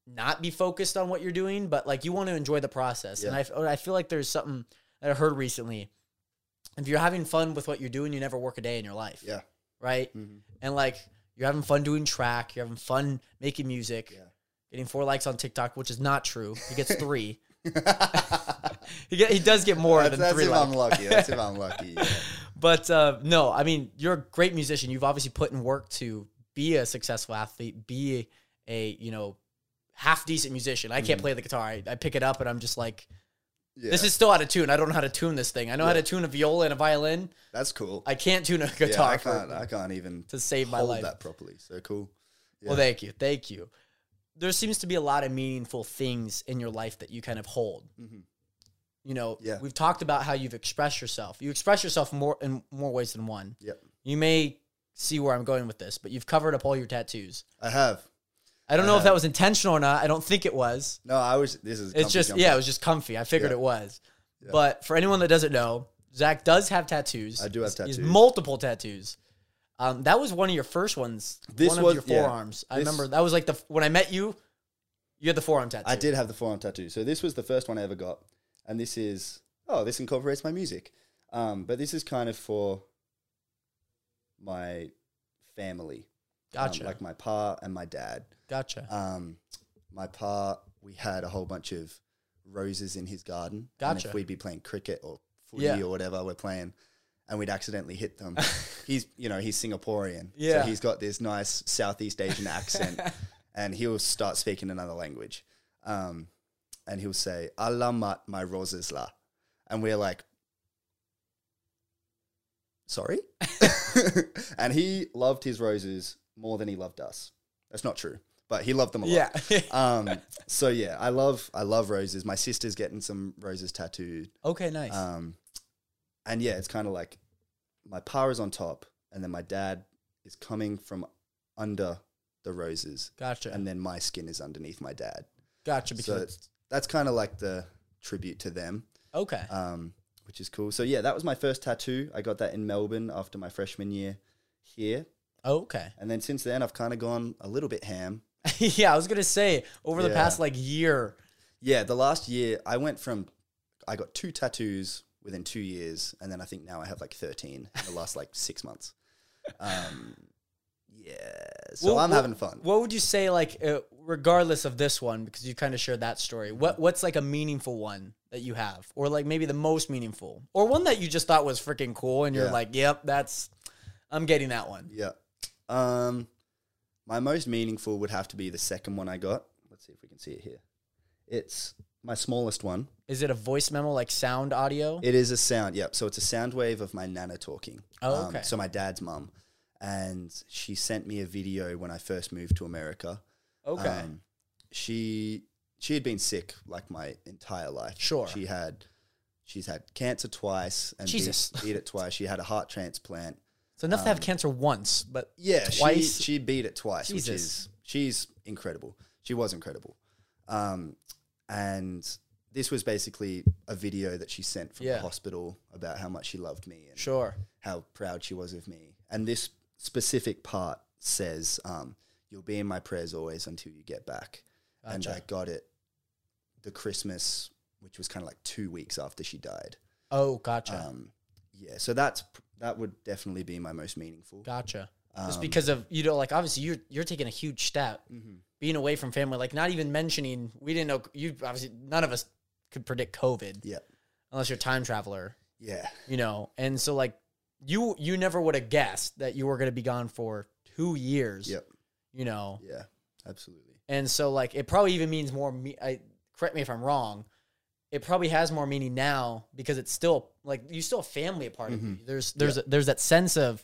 [SPEAKER 1] not be focused on what you're doing, but like you want to enjoy the process. And
[SPEAKER 2] Yeah.
[SPEAKER 1] I f- I feel like there's something that I heard recently. If you're having fun with what you're doing, you never work a day in your life.
[SPEAKER 2] Yeah.
[SPEAKER 1] Right?
[SPEAKER 2] Mhm.
[SPEAKER 1] And like you're having fun doing track, you're having fun making music,
[SPEAKER 2] Yeah.
[SPEAKER 1] getting four likes on TikTok, which is not true. He gets three. He, get, he does get more
[SPEAKER 2] that's
[SPEAKER 1] than
[SPEAKER 2] that's
[SPEAKER 1] three
[SPEAKER 2] if
[SPEAKER 1] likes.
[SPEAKER 2] I'm lucky. That's if I'm lucky. yeah.
[SPEAKER 1] But uh, no, I mean, you're a great musician. You've obviously put in work to be a successful athlete, be a, you know, half decent musician. I can't play the guitar. I, I pick it up and I'm just like,
[SPEAKER 2] Mm-hmm. Yeah,
[SPEAKER 1] this is still out of tune. I don't know how to tune this thing. I know how to tune a viola and a violin.
[SPEAKER 2] that's cool.
[SPEAKER 1] I can't tune a
[SPEAKER 2] Yeah,
[SPEAKER 1] guitar
[SPEAKER 2] I
[SPEAKER 1] for-
[SPEAKER 2] can't. I can't even
[SPEAKER 1] to save my
[SPEAKER 2] hold
[SPEAKER 1] life.
[SPEAKER 2] that properly. So cool.
[SPEAKER 1] Well,
[SPEAKER 2] Yeah.
[SPEAKER 1] thank you. Thank you. There seems to be a lot of meaningful things in your life that you kind of hold.
[SPEAKER 2] Mhm.
[SPEAKER 1] You know,
[SPEAKER 2] Yeah.
[SPEAKER 1] we've talked about how you've expressed yourself. You express yourself more in more ways than one.
[SPEAKER 2] Yep.
[SPEAKER 1] You may see where I'm going with this, but you've covered up all your tattoos.
[SPEAKER 2] I have.
[SPEAKER 1] I don't know if
[SPEAKER 2] Uh-huh.
[SPEAKER 1] that was intentional or not. I don't think it was.
[SPEAKER 2] No, I was. This is.
[SPEAKER 1] It's
[SPEAKER 2] comfy
[SPEAKER 1] just
[SPEAKER 2] jumper.
[SPEAKER 1] yeah, it was just comfy. I figured
[SPEAKER 2] Yeah.
[SPEAKER 1] it was.
[SPEAKER 2] Yeah.
[SPEAKER 1] But for anyone that doesn't know, Zach does have tattoos.
[SPEAKER 2] I do have
[SPEAKER 1] He's- he's
[SPEAKER 2] tattoos.
[SPEAKER 1] multiple tattoos. Um, that was one of your first ones.
[SPEAKER 2] This
[SPEAKER 1] one
[SPEAKER 2] was-
[SPEAKER 1] of your
[SPEAKER 2] yeah.
[SPEAKER 1] forearms. I
[SPEAKER 2] This-
[SPEAKER 1] remember that was like the when I met you, you had the forearm tattoo.
[SPEAKER 2] I did have the forearm tattoo. So this was the first one I ever got, and this is oh, this incorporates my music. Um, but this is kind of for my family. um,
[SPEAKER 1] Gotcha.
[SPEAKER 2] like my pa and my dad.
[SPEAKER 1] gotcha.
[SPEAKER 2] Um, my pa, we had a whole bunch of roses in his garden. And
[SPEAKER 1] Gotcha.
[SPEAKER 2] if we'd be playing cricket or footy
[SPEAKER 1] Yeah.
[SPEAKER 2] or whatever we're playing, and we'd accidentally hit them. he's, you know, he's Singaporean.
[SPEAKER 1] Yeah.
[SPEAKER 2] So he's got this nice Southeast Asian accent, and he'll start speaking another language. Um, and he'll say, "Alamat my roses la," and we're like, "Sorry." and he loved his roses more than he loved us. That's not true, but he loved them a lot
[SPEAKER 1] yeah.
[SPEAKER 2] um so yeah i love i love roses my sister's getting some roses tattooed
[SPEAKER 1] okay. Nice.
[SPEAKER 2] um and yeah it's kind of like my pa is on top and then my dad is coming from under the roses
[SPEAKER 1] gotcha.
[SPEAKER 2] and then my skin is underneath my dad
[SPEAKER 1] gotcha.
[SPEAKER 2] so
[SPEAKER 1] Because
[SPEAKER 2] it's, that's kind of like the tribute to them
[SPEAKER 1] okay.
[SPEAKER 2] um which is cool so yeah that was my first tattoo i got that in melbourne after my freshman year here
[SPEAKER 1] okay.
[SPEAKER 2] and then since then i've kind of gone a little bit ham
[SPEAKER 1] yeah, I was gonna say over the
[SPEAKER 2] Yeah.
[SPEAKER 1] past like year.
[SPEAKER 2] Yeah, the last year I went from I got two tattoos within two years, and then I think now I have like thirteen in the last like six months. Um, yeah, so
[SPEAKER 1] Well,
[SPEAKER 2] I'm
[SPEAKER 1] well-
[SPEAKER 2] having fun.
[SPEAKER 1] What would you say, like, uh, regardless of this one, because you kind of shared that story? What what's like a meaningful one that you have, or like maybe the most meaningful, or one that you just thought was freaking cool, and you're
[SPEAKER 2] Yeah.
[SPEAKER 1] like, "Yep, that's, I'm getting that one."
[SPEAKER 2] yeah, um, my most meaningful would have to be the second one I got. Let's see if we can see it here. It's my smallest one.
[SPEAKER 1] Is it a voice memo, like sound audio?
[SPEAKER 2] It is a sound. Yep. So it's a sound wave of my nana talking. Um,
[SPEAKER 1] Oh, okay.
[SPEAKER 2] so my dad's mum, and she sent me a video when I first moved to America.
[SPEAKER 1] okay,
[SPEAKER 2] Um, she she had been sick like my entire life.
[SPEAKER 1] Sure.
[SPEAKER 2] She had she's had cancer twice and beat-
[SPEAKER 1] Jesus.
[SPEAKER 2] Beat, it twice. She had a heart transplant.
[SPEAKER 1] so enough to have cancer once, but
[SPEAKER 2] um, Yeah,
[SPEAKER 1] Twice?
[SPEAKER 2] She, she beat it twice, which
[SPEAKER 1] Jesus.
[SPEAKER 2] is she's incredible. She was incredible. Um, and this was basically a video that she sent from
[SPEAKER 1] Yeah.
[SPEAKER 2] the hospital about how much she loved me and
[SPEAKER 1] sure,
[SPEAKER 2] how proud she was of me. And this specific part says, um, "You'll be in my prayers always until you get back." And
[SPEAKER 1] Gotcha.
[SPEAKER 2] I got it the Christmas, which was kind of like two weeks after she died.
[SPEAKER 1] oh, gotcha,
[SPEAKER 2] Um, yeah, so that's pr- that would definitely be my most meaningful.
[SPEAKER 1] gotcha. Just
[SPEAKER 2] Um,
[SPEAKER 1] because of you know, like obviously you're you're taking a huge step,
[SPEAKER 2] Mhm.
[SPEAKER 1] being away from family, like not even mentioning. We didn't know you obviously none of us could predict COVID.
[SPEAKER 2] Yeah,
[SPEAKER 1] unless you're a time traveler,
[SPEAKER 2] yeah,
[SPEAKER 1] you know. And so like you you never would have guessed that you were going to be gone for 2 years,
[SPEAKER 2] Yep.
[SPEAKER 1] you know.
[SPEAKER 2] yeah, Absolutely.
[SPEAKER 1] And so, like, it probably even means more. Me- I correct me if I'm wrong. It probably has more meaning now because it's still like you're still a family a part
[SPEAKER 2] Mm-hmm.
[SPEAKER 1] of you. There's there's there's that sense of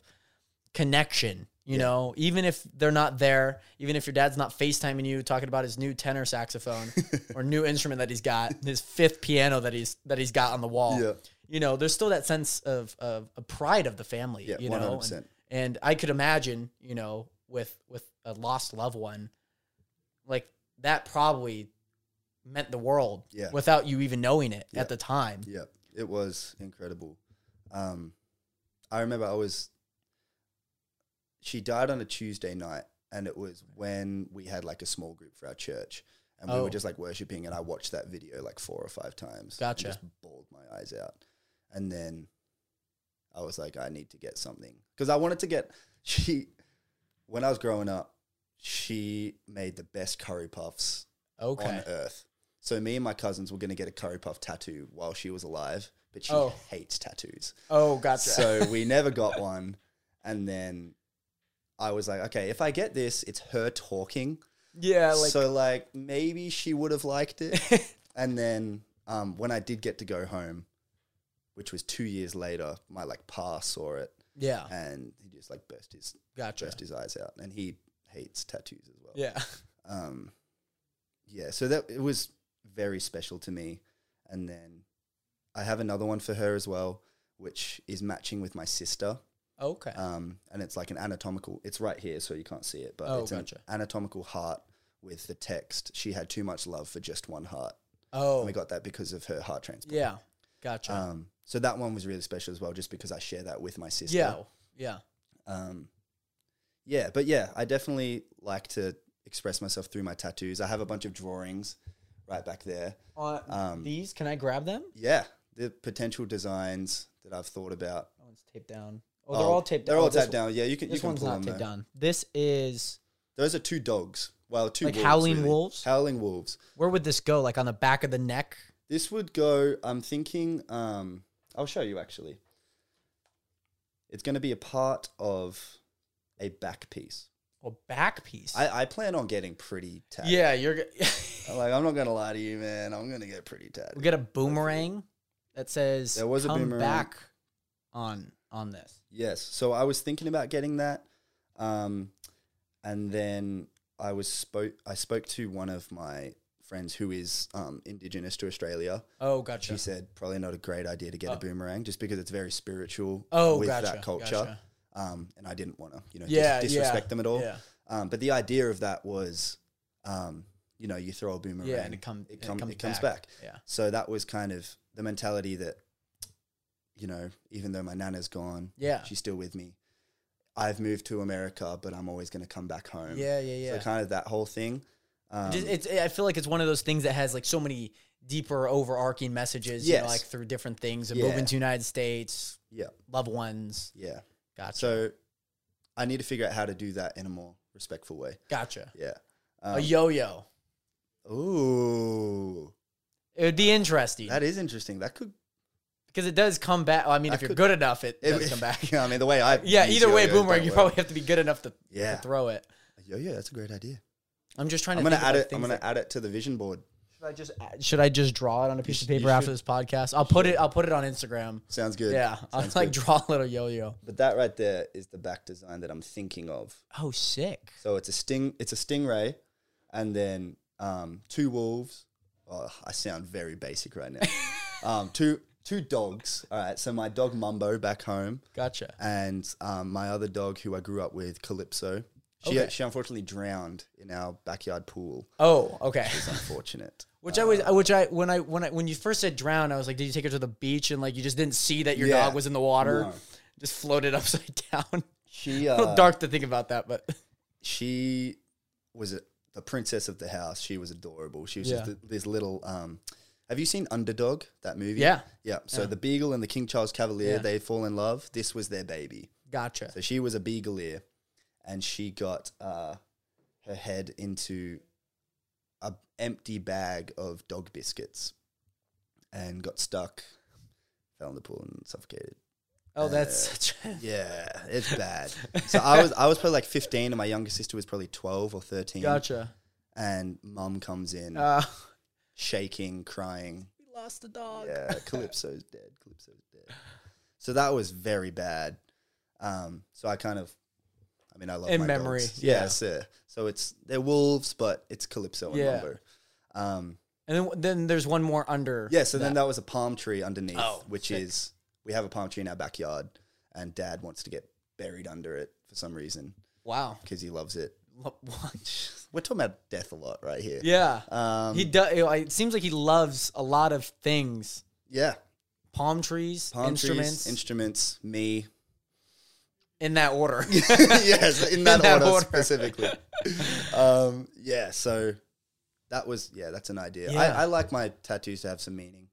[SPEAKER 1] connection. You know, even if they're not there, even if your dad's not FaceTiming you talking about his new tenor saxophone or new instrument that he's got, his fifth piano that he's that he's got on the wall.
[SPEAKER 2] Yeah.
[SPEAKER 1] You know, there's still that sense of of, of pride of the family.
[SPEAKER 2] Yeah,
[SPEAKER 1] you know, and-
[SPEAKER 2] 100%.
[SPEAKER 1] and I could imagine, you know, with with a lost loved one, like that probably meant the world
[SPEAKER 2] Yeah.
[SPEAKER 1] without you even knowing it
[SPEAKER 2] Yeah.
[SPEAKER 1] at the time.
[SPEAKER 2] Yeah, it was incredible. Um, I remember I was. She died on a Tuesday night, and it was when we had like a small group for our church, and we
[SPEAKER 1] Oh.
[SPEAKER 2] were just like worshiping. And I watched that video like four or five times. and
[SPEAKER 1] Gotcha.
[SPEAKER 2] just bawled my eyes out, and then I was like, I need to get something because I wanted to get she. When I was growing up, she made the best curry puffs on
[SPEAKER 1] Okay.
[SPEAKER 2] earth. So me and my cousins were going to get a curry puff tattoo while she was alive, but she
[SPEAKER 1] Oh.
[SPEAKER 2] hates tattoos.
[SPEAKER 1] Oh, gotcha.
[SPEAKER 2] So we never got one. And then I was like, okay, if I get this, it's her talking.
[SPEAKER 1] yeah, like
[SPEAKER 2] so like maybe she would have liked it. and then um, when I did get to go home, which was two years later, my like pa saw it
[SPEAKER 1] yeah,
[SPEAKER 2] and he just like burst his
[SPEAKER 1] gotcha.
[SPEAKER 2] burst his eyes out. And he hates tattoos as well
[SPEAKER 1] Yeah.
[SPEAKER 2] um, yeah, so that it was very special to me. And then I have another one for her as well, which is matching with my sister.
[SPEAKER 1] Okay.
[SPEAKER 2] Um, and it's like an anatomical. It's right here, so you can't see it, but
[SPEAKER 1] Oh,
[SPEAKER 2] it's
[SPEAKER 1] gotcha.
[SPEAKER 2] an anatomical heart with the text. She had too much love for just one heart.
[SPEAKER 1] oh,
[SPEAKER 2] And we got that because of her heart transplant.
[SPEAKER 1] yeah. Gotcha.
[SPEAKER 2] Um, so that one was really special as well, just because I share that with my sister.
[SPEAKER 1] yeah. Yeah.
[SPEAKER 2] Um, yeah, but yeah, I definitely like to express myself through my tattoos. I have a bunch of drawings right back there.
[SPEAKER 1] Uh,
[SPEAKER 2] Um,
[SPEAKER 1] these, can I grab them?
[SPEAKER 2] yeah, the potential designs that I've thought about.
[SPEAKER 1] That one's taped down. Oh, they're all taped
[SPEAKER 2] They're
[SPEAKER 1] down.
[SPEAKER 2] all
[SPEAKER 1] Oh, this
[SPEAKER 2] taped down. Yeah, you can.
[SPEAKER 1] This
[SPEAKER 2] you can
[SPEAKER 1] one's
[SPEAKER 2] pull
[SPEAKER 1] not
[SPEAKER 2] them
[SPEAKER 1] taped
[SPEAKER 2] though.
[SPEAKER 1] down. This is,
[SPEAKER 2] Those are two dogs. Well, two
[SPEAKER 1] Like
[SPEAKER 2] wolves,
[SPEAKER 1] howling
[SPEAKER 2] really.
[SPEAKER 1] wolves?
[SPEAKER 2] Howling wolves.
[SPEAKER 1] where would this go? Like on the back of the neck?
[SPEAKER 2] This would go. I'm thinking. Um, I'll show you actually. It's going to be a part of a back piece.
[SPEAKER 1] Or back piece?
[SPEAKER 2] I, I plan on getting pretty tatted.
[SPEAKER 1] yeah, you're. g-
[SPEAKER 2] I'm like, I'm not gonna lie to you, man. I'm gonna get pretty tatted.
[SPEAKER 1] We got a boomerang that says
[SPEAKER 2] There was a
[SPEAKER 1] come
[SPEAKER 2] boomerang.
[SPEAKER 1] back on on this.
[SPEAKER 2] Yes. So I was thinking about getting that, um, and then I was spoke. I spoke to one of my friends who is um, indigenous to Australia.
[SPEAKER 1] Oh, gotcha.
[SPEAKER 2] She said probably not a great idea to get a boomerang just because it's very spiritual
[SPEAKER 1] Oh,
[SPEAKER 2] with
[SPEAKER 1] gotcha,
[SPEAKER 2] that culture.
[SPEAKER 1] gotcha.
[SPEAKER 2] Um, and I didn't want to, you know, dis-
[SPEAKER 1] Yeah, yeah,
[SPEAKER 2] disrespect them at all.
[SPEAKER 1] yeah.
[SPEAKER 2] Um, but the idea of that was, um, you know, you throw a boomerang,
[SPEAKER 1] Yeah, and it come- and it
[SPEAKER 2] come-
[SPEAKER 1] comes
[SPEAKER 2] it comes
[SPEAKER 1] back.
[SPEAKER 2] back.
[SPEAKER 1] Yeah.
[SPEAKER 2] So that was kind of the mentality that, you know, even though my nana's gone,
[SPEAKER 1] Yeah.
[SPEAKER 2] she's still with me. I've moved to America, but I'm always going to come back home.
[SPEAKER 1] Yeah, yeah, yeah.
[SPEAKER 2] So kind of that whole thing. Um,
[SPEAKER 1] Just- it's, I feel like it's one of those things that has like so many deeper overarching messages, you know,
[SPEAKER 2] Yes.
[SPEAKER 1] like through different things, and
[SPEAKER 2] Yeah.
[SPEAKER 1] moving to United States,
[SPEAKER 2] yeah,
[SPEAKER 1] loved ones.
[SPEAKER 2] yeah.
[SPEAKER 1] Gotcha.
[SPEAKER 2] So I need to figure out how to do that in a more respectful way.
[SPEAKER 1] gotcha.
[SPEAKER 2] Yeah.
[SPEAKER 1] a
[SPEAKER 2] Um,
[SPEAKER 1] yo-yo.
[SPEAKER 2] ooh,
[SPEAKER 1] It would be interesting
[SPEAKER 2] that is interesting. That could
[SPEAKER 1] because it does come back. Well, I mean,
[SPEAKER 2] That
[SPEAKER 1] if you're
[SPEAKER 2] could-
[SPEAKER 1] good enough, it
[SPEAKER 2] if-
[SPEAKER 1] does come back.
[SPEAKER 2] I mean, the way I
[SPEAKER 1] Yeah.
[SPEAKER 2] use
[SPEAKER 1] Either way,
[SPEAKER 2] yo-yos don't
[SPEAKER 1] boomerang. You
[SPEAKER 2] work.
[SPEAKER 1] probably have to be good enough to, to
[SPEAKER 2] Yeah.
[SPEAKER 1] throw it.
[SPEAKER 2] Yo, yeah, that's a great idea.
[SPEAKER 1] I'm just trying to.
[SPEAKER 2] I'm gonna
[SPEAKER 1] think of,
[SPEAKER 2] add
[SPEAKER 1] like,
[SPEAKER 2] it. I'm
[SPEAKER 1] things
[SPEAKER 2] gonna
[SPEAKER 1] that-
[SPEAKER 2] add it to the vision board.
[SPEAKER 1] Should I just should I just draw it on a piece of
[SPEAKER 2] sh- you
[SPEAKER 1] paper after
[SPEAKER 2] should.
[SPEAKER 1] this podcast? I'll put it I'll put it on Instagram.
[SPEAKER 2] Sounds good.
[SPEAKER 1] yeah, I'll
[SPEAKER 2] Sounds
[SPEAKER 1] like
[SPEAKER 2] good.
[SPEAKER 1] draw a little yo-yo.
[SPEAKER 2] But that right there is the back design that I'm thinking of.
[SPEAKER 1] Oh, sick.
[SPEAKER 2] So it's a sting. It's a stingray, and then um, two wolves. Oh, I sound very basic right now. um, two two dogs. All right. So my dog Mumbo back home,
[SPEAKER 1] Gotcha.
[SPEAKER 2] and um, my other dog who I grew up with, Calypso. She
[SPEAKER 1] Okay.
[SPEAKER 2] she unfortunately drowned in our backyard pool.
[SPEAKER 1] Oh, okay.
[SPEAKER 2] It's unfortunate.
[SPEAKER 1] Which I
[SPEAKER 2] Uh,
[SPEAKER 1] was, which I when I when I when you first said drown, I was like, did you take her to the beach and like you just didn't see that your
[SPEAKER 2] Yeah.
[SPEAKER 1] dog was in the water,
[SPEAKER 2] No.
[SPEAKER 1] just floated upside down.
[SPEAKER 2] She
[SPEAKER 1] A little
[SPEAKER 2] uh,
[SPEAKER 1] dark to think about that, but
[SPEAKER 2] she was a, the princess of the house. She was adorable. She was just
[SPEAKER 1] Yeah.
[SPEAKER 2] th- this little. Um, have you seen Underdog? That movie?
[SPEAKER 1] Yeah.
[SPEAKER 2] yeah. So the Beagle and the King Charles Cavalier,
[SPEAKER 1] Yeah.
[SPEAKER 2] they fall in love. This was their baby.
[SPEAKER 1] gotcha.
[SPEAKER 2] So she was a Beagleer, and she got uh, her head into a empty bag of dog biscuits, and got stuck, fell in the pool and suffocated.
[SPEAKER 1] Oh, that's such. A,
[SPEAKER 2] Yeah, it's bad. so I was I was probably like 15, and my younger sister was probably 12 or 13.
[SPEAKER 1] gotcha.
[SPEAKER 2] And mum comes in,
[SPEAKER 1] Uh,
[SPEAKER 2] shaking, crying.
[SPEAKER 1] we lost the dog.
[SPEAKER 2] Yeah, Calypso's dead. Calypso's dead. So that was very bad. Um, so I kind of, I mean, I love
[SPEAKER 1] In
[SPEAKER 2] my
[SPEAKER 1] memory,
[SPEAKER 2] dogs.
[SPEAKER 1] yeah.
[SPEAKER 2] Yes, yeah. So it's they're wolves, but it's Calypso and
[SPEAKER 1] Yeah.
[SPEAKER 2] Mumbo. Um,
[SPEAKER 1] And then, then there's one more under.
[SPEAKER 2] yeah. So then that was a palm tree underneath,
[SPEAKER 1] Oh,
[SPEAKER 2] which
[SPEAKER 1] sick.
[SPEAKER 2] is we have a palm tree in our backyard, and Dad wants to get buried under it for some reason
[SPEAKER 1] Wow.
[SPEAKER 2] because he loves it.
[SPEAKER 1] What- what?
[SPEAKER 2] We're talking about death a lot right here.
[SPEAKER 1] Yeah.
[SPEAKER 2] Um,
[SPEAKER 1] he does. It seems like he loves a lot of things:
[SPEAKER 2] yeah.
[SPEAKER 1] palm trees,
[SPEAKER 2] Palm
[SPEAKER 1] instruments,
[SPEAKER 2] trees, instruments, me,
[SPEAKER 1] in that order.
[SPEAKER 2] yes, in that,
[SPEAKER 1] In that
[SPEAKER 2] order,
[SPEAKER 1] order.
[SPEAKER 2] specifically. um, yeah, so that was yeah, that's an idea.
[SPEAKER 1] Yeah.
[SPEAKER 2] I, I like my tattoos to have some meaning.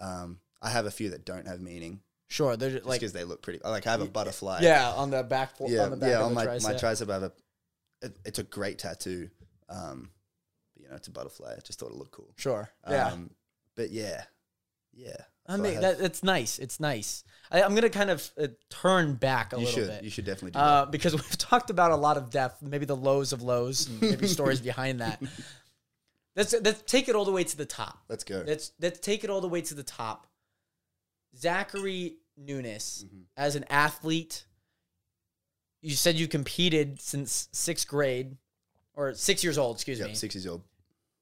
[SPEAKER 2] Um, I have a few that don't have meaning
[SPEAKER 1] sure, they're just,
[SPEAKER 2] like
[SPEAKER 1] like
[SPEAKER 2] because they look pretty. Like I have a butterfly.
[SPEAKER 1] yeah, on the back, fo-
[SPEAKER 2] yeah,
[SPEAKER 1] on the back
[SPEAKER 2] yeah.
[SPEAKER 1] of the
[SPEAKER 2] On my
[SPEAKER 1] tricep.
[SPEAKER 2] my tricep, I have a. It, it's a great tattoo. Um, but, you know, it's a butterfly. I just thought it looked cool.
[SPEAKER 1] sure,
[SPEAKER 2] Um,
[SPEAKER 1] yeah.
[SPEAKER 2] but yeah, yeah.
[SPEAKER 1] I
[SPEAKER 2] So
[SPEAKER 1] mean,
[SPEAKER 2] have-
[SPEAKER 1] that, it's nice. It's nice. I, I'm gonna kind of uh, turn back a
[SPEAKER 2] you
[SPEAKER 1] little
[SPEAKER 2] should
[SPEAKER 1] bit.
[SPEAKER 2] you should definitely do
[SPEAKER 1] uh, because we've talked about a lot of death, maybe the lows of lows, and maybe stories behind that. Let's, let's take it all the way to the top.
[SPEAKER 2] Let's go.
[SPEAKER 1] Let's let's take it all the way to the top. Zachary Nunes, as an athlete, you said you competed since sixth grade, or six years old. Excuse
[SPEAKER 2] Yep,
[SPEAKER 1] me.
[SPEAKER 2] six years old.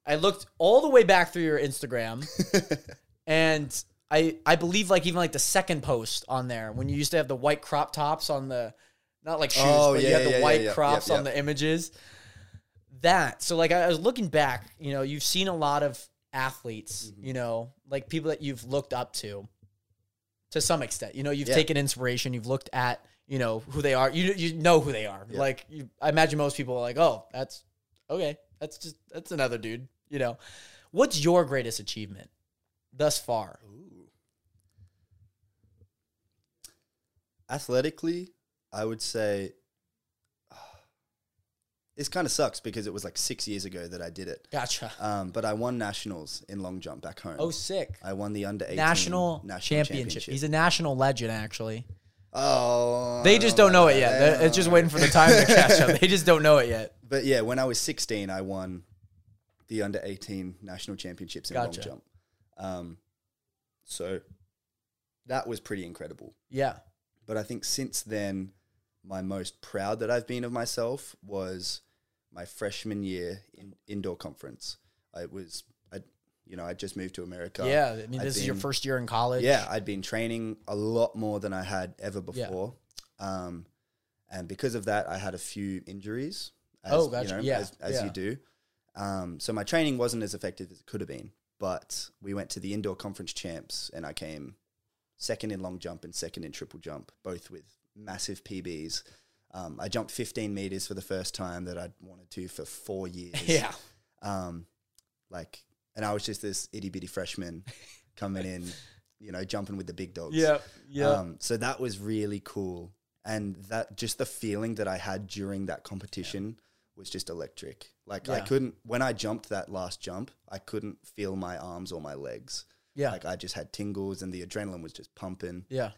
[SPEAKER 1] I looked all the way back through your Instagram, and I I believe like even like the second post on there when you used to have the white crop tops on the not like shoes,
[SPEAKER 2] Oh,
[SPEAKER 1] but you
[SPEAKER 2] yeah,
[SPEAKER 1] had the
[SPEAKER 2] yeah, yeah,
[SPEAKER 1] white
[SPEAKER 2] yeah, yeah,
[SPEAKER 1] crops
[SPEAKER 2] yeah.
[SPEAKER 1] on the images. That so like I, I was looking back, you know, you've seen a lot of athletes,
[SPEAKER 2] Mm-hmm.
[SPEAKER 1] you know, like people that you've looked up to, to some extent. You know, you've
[SPEAKER 2] Yeah.
[SPEAKER 1] taken inspiration, you've looked at you know who they are. You you know who they are.
[SPEAKER 2] Yeah.
[SPEAKER 1] Like you, I imagine most people are like, oh, that's okay. That's just that's another dude. You know, what's your greatest achievement thus far?
[SPEAKER 2] Ooh. Athletically, I would say this kind of sucks because it was like six years ago that I did it.
[SPEAKER 1] Gotcha.
[SPEAKER 2] Um, but I won nationals in long jump back home.
[SPEAKER 1] Oh, sick.
[SPEAKER 2] I won the under 18
[SPEAKER 1] National, championship. He's a national legend, actually.
[SPEAKER 2] oh,
[SPEAKER 1] They just don't know it
[SPEAKER 2] man.
[SPEAKER 1] yet. They're- It's just waiting for the time to catch up. They just don't know it yet.
[SPEAKER 2] But yeah, when I was 16, I won the under 18 national championships in
[SPEAKER 1] Gotcha.
[SPEAKER 2] long jump. Um, so that was pretty incredible.
[SPEAKER 1] Yeah.
[SPEAKER 2] But I think since then, my most proud that I've been of myself was my freshman year in indoor conference. I was, I, you know, I just moved to America.
[SPEAKER 1] Yeah. I mean,
[SPEAKER 2] I'd
[SPEAKER 1] this is your
[SPEAKER 2] been-
[SPEAKER 1] first year in college.
[SPEAKER 2] Yeah, I'd been training a lot more than I had ever
[SPEAKER 1] Yeah.
[SPEAKER 2] before. Um, and because of that, I had a few injuries. As,
[SPEAKER 1] Oh, gotcha. Yeah,
[SPEAKER 2] As, as
[SPEAKER 1] yeah.
[SPEAKER 2] you do. Um, so my training wasn't as effective as it could have been. But we went to the indoor conference champs, and I came second in long jump and second in triple jump, both with massive PBs. Um, I jumped 15 meters for the first time that I'd wanted to for four years
[SPEAKER 1] Yeah.
[SPEAKER 2] um, like, and I was just this itty bitty freshman coming in, you know, jumping with the big dogs.
[SPEAKER 1] Yeah. Yeah.
[SPEAKER 2] Um, so that was really cool, and that just the feeling that I had during that competition was just electric. Like I
[SPEAKER 1] Yeah.
[SPEAKER 2] couldn't when I jumped that last jump, I couldn't feel my arms or my legs.
[SPEAKER 1] yeah.
[SPEAKER 2] Like I just had tingles, and the adrenaline was just pumping
[SPEAKER 1] yeah.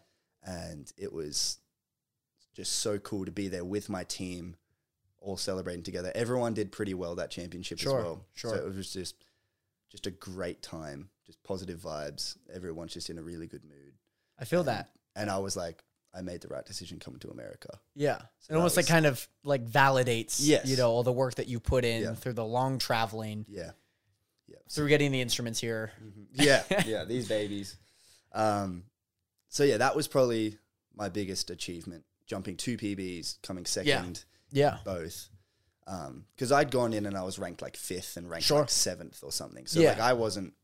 [SPEAKER 2] and it was just so cool to be there with my team, all celebrating together. Everyone did pretty well that championship
[SPEAKER 1] Sure,
[SPEAKER 2] as well.
[SPEAKER 1] sure.
[SPEAKER 2] So it was just just a great time, just positive vibes. Everyone's just in a really good mood.
[SPEAKER 1] I feel that.
[SPEAKER 2] And I was like, I made the right decision coming to America.
[SPEAKER 1] Yeah.
[SPEAKER 2] So
[SPEAKER 1] it almost
[SPEAKER 2] that
[SPEAKER 1] like kind of like validates,
[SPEAKER 2] Yes.
[SPEAKER 1] you know, all the work that you put in
[SPEAKER 2] Yeah.
[SPEAKER 1] through the long traveling,
[SPEAKER 2] Yeah.
[SPEAKER 1] through getting the instruments here.
[SPEAKER 2] Yeah. yeah. These babies. Um, so yeah, that was probably my biggest achievement. Jumping two PBs, coming second.
[SPEAKER 1] Yeah.
[SPEAKER 2] both. Because I'd gone in and I was ranked like fifth and ranked
[SPEAKER 1] Sure.
[SPEAKER 2] like seventh or something. So
[SPEAKER 1] Yeah.
[SPEAKER 2] like I wasn't.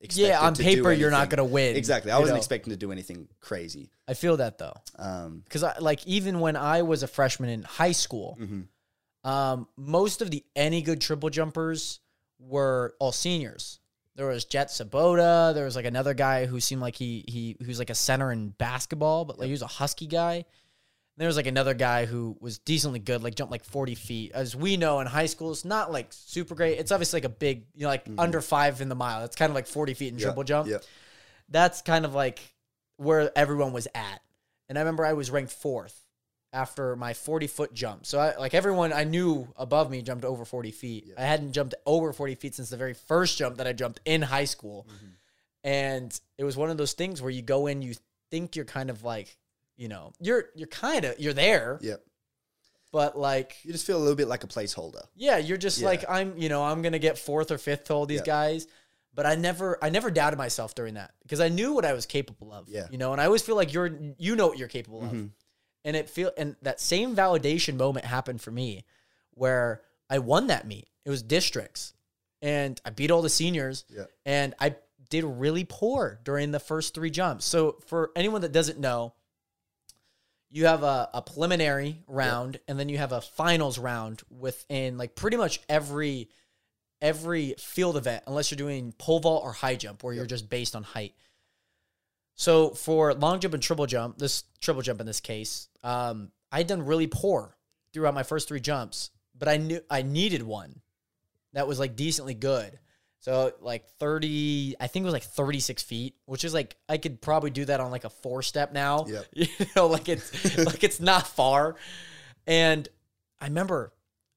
[SPEAKER 2] Expected
[SPEAKER 1] Yeah. On
[SPEAKER 2] to do
[SPEAKER 1] paper, you're not
[SPEAKER 2] anything-
[SPEAKER 1] going to win.
[SPEAKER 2] exactly. I
[SPEAKER 1] you
[SPEAKER 2] wasn't
[SPEAKER 1] know.
[SPEAKER 2] expecting to do anything crazy.
[SPEAKER 1] I feel that though.
[SPEAKER 2] Um,
[SPEAKER 1] because I like even when I was a freshman in high school,
[SPEAKER 2] Mm-hmm.
[SPEAKER 1] um, most of the any good triple jumpers were all seniors. There was Jet Sabota. There was like another guy who seemed like he he who's like a center in basketball, but like he was a husky guy. And there was like another guy who was decently good, like jumped like forty feet. As we know in high school, it's not like super great. It's obviously like a big, you know, like under five in the mile. It's kind of like forty feet in
[SPEAKER 2] Mm-hmm. yeah,
[SPEAKER 1] triple jump
[SPEAKER 2] Yeah.
[SPEAKER 1] that's kind of like where everyone was at. And I remember I was ranked fourth after my 40 foot jump. So I like everyone I knew above me jumped over 40 feet. I hadn't jumped over 40 feet since the very first jump that I jumped in high school. And it was one of those things where you go in, you think you're kind of like, you know, you're you're kind of you're there,
[SPEAKER 2] Yep.
[SPEAKER 1] but like
[SPEAKER 2] You just feel a little bit like a placeholder.
[SPEAKER 1] yeah, you're just
[SPEAKER 2] Yeah.
[SPEAKER 1] like I'm. You know, I'm gonna get fourth or fifth to all these
[SPEAKER 2] Yeah.
[SPEAKER 1] guys. But I never, I never doubted myself during that because I knew what I was capable of.
[SPEAKER 2] Yeah. Mm-hmm.
[SPEAKER 1] You know, and I always feel like you're, you know what you're capable of, and it feel and that same validation moment happened for me, where I won that meet. It was districts, and I beat all the seniors.
[SPEAKER 2] Yeah.
[SPEAKER 1] And I did really poor during the first three jumps. So for anyone that doesn't know, you have a, a preliminary round and then you have a finals round within like pretty much every every field event unless you're doing pole vault or high jump where you're just based on height so for long jump and triple jump this triple jump in this case um, i'd done really poor throughout my first three jumps but i knew i needed one that was like decently good so like 30 i think it was like 36 feet which is like i could probably do that on like a four step now
[SPEAKER 2] Yep.
[SPEAKER 1] you know like it's like it's not far and i remember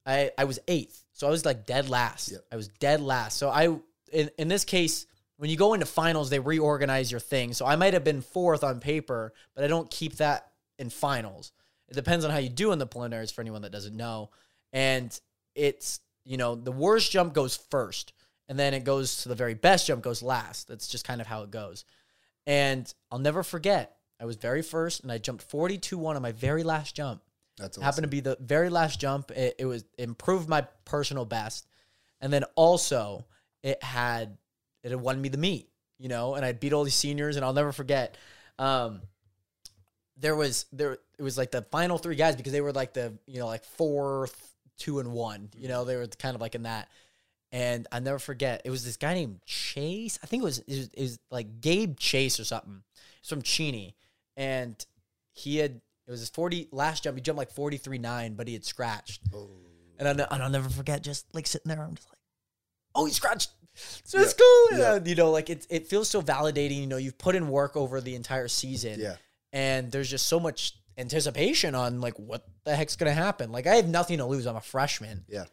[SPEAKER 1] i i was eighth so i was like dead last
[SPEAKER 2] Yep.
[SPEAKER 1] i was dead last so i in, in this case when you go into finals they reorganize your thing so i might have been fourth on paper but i don't keep that in finals it depends on how you do in the preliminaries for anyone that doesn't know and it's you know the worst jump goes first and then it goes to the very best jump goes last that's just kind of how it goes and I'll never forget. I was very first, and I jumped forty-two one on my very last jump.
[SPEAKER 2] That's awesome.
[SPEAKER 1] Happened to be the very last jump. It, it was improved my personal best, and then also it had it had won me the meet. You know, and I beat all these seniors, and I'll never forget. Um, there was there it was like the final three guys because they were like the you know like fourth, two and one. You know, they were kind of like in that. And I never forget. It was this guy named Chase. I think it was it was, it was like Gabe Chase or something. He's from Cheney, and he had it was his forty last jump. He jumped like forty three nine, but he had scratched. And, I, ne- and I'll never forget just like sitting there. I'm just like, oh, he scratched. So it's cool. And,
[SPEAKER 2] Yeah.
[SPEAKER 1] uh, you know, like it it feels so validating. You know, you've put in work over the entire season
[SPEAKER 2] Yeah.
[SPEAKER 1] and there's just so much anticipation on like what the heck's gonna happen. Like I have nothing to lose. I'm a freshman.
[SPEAKER 2] Yeah.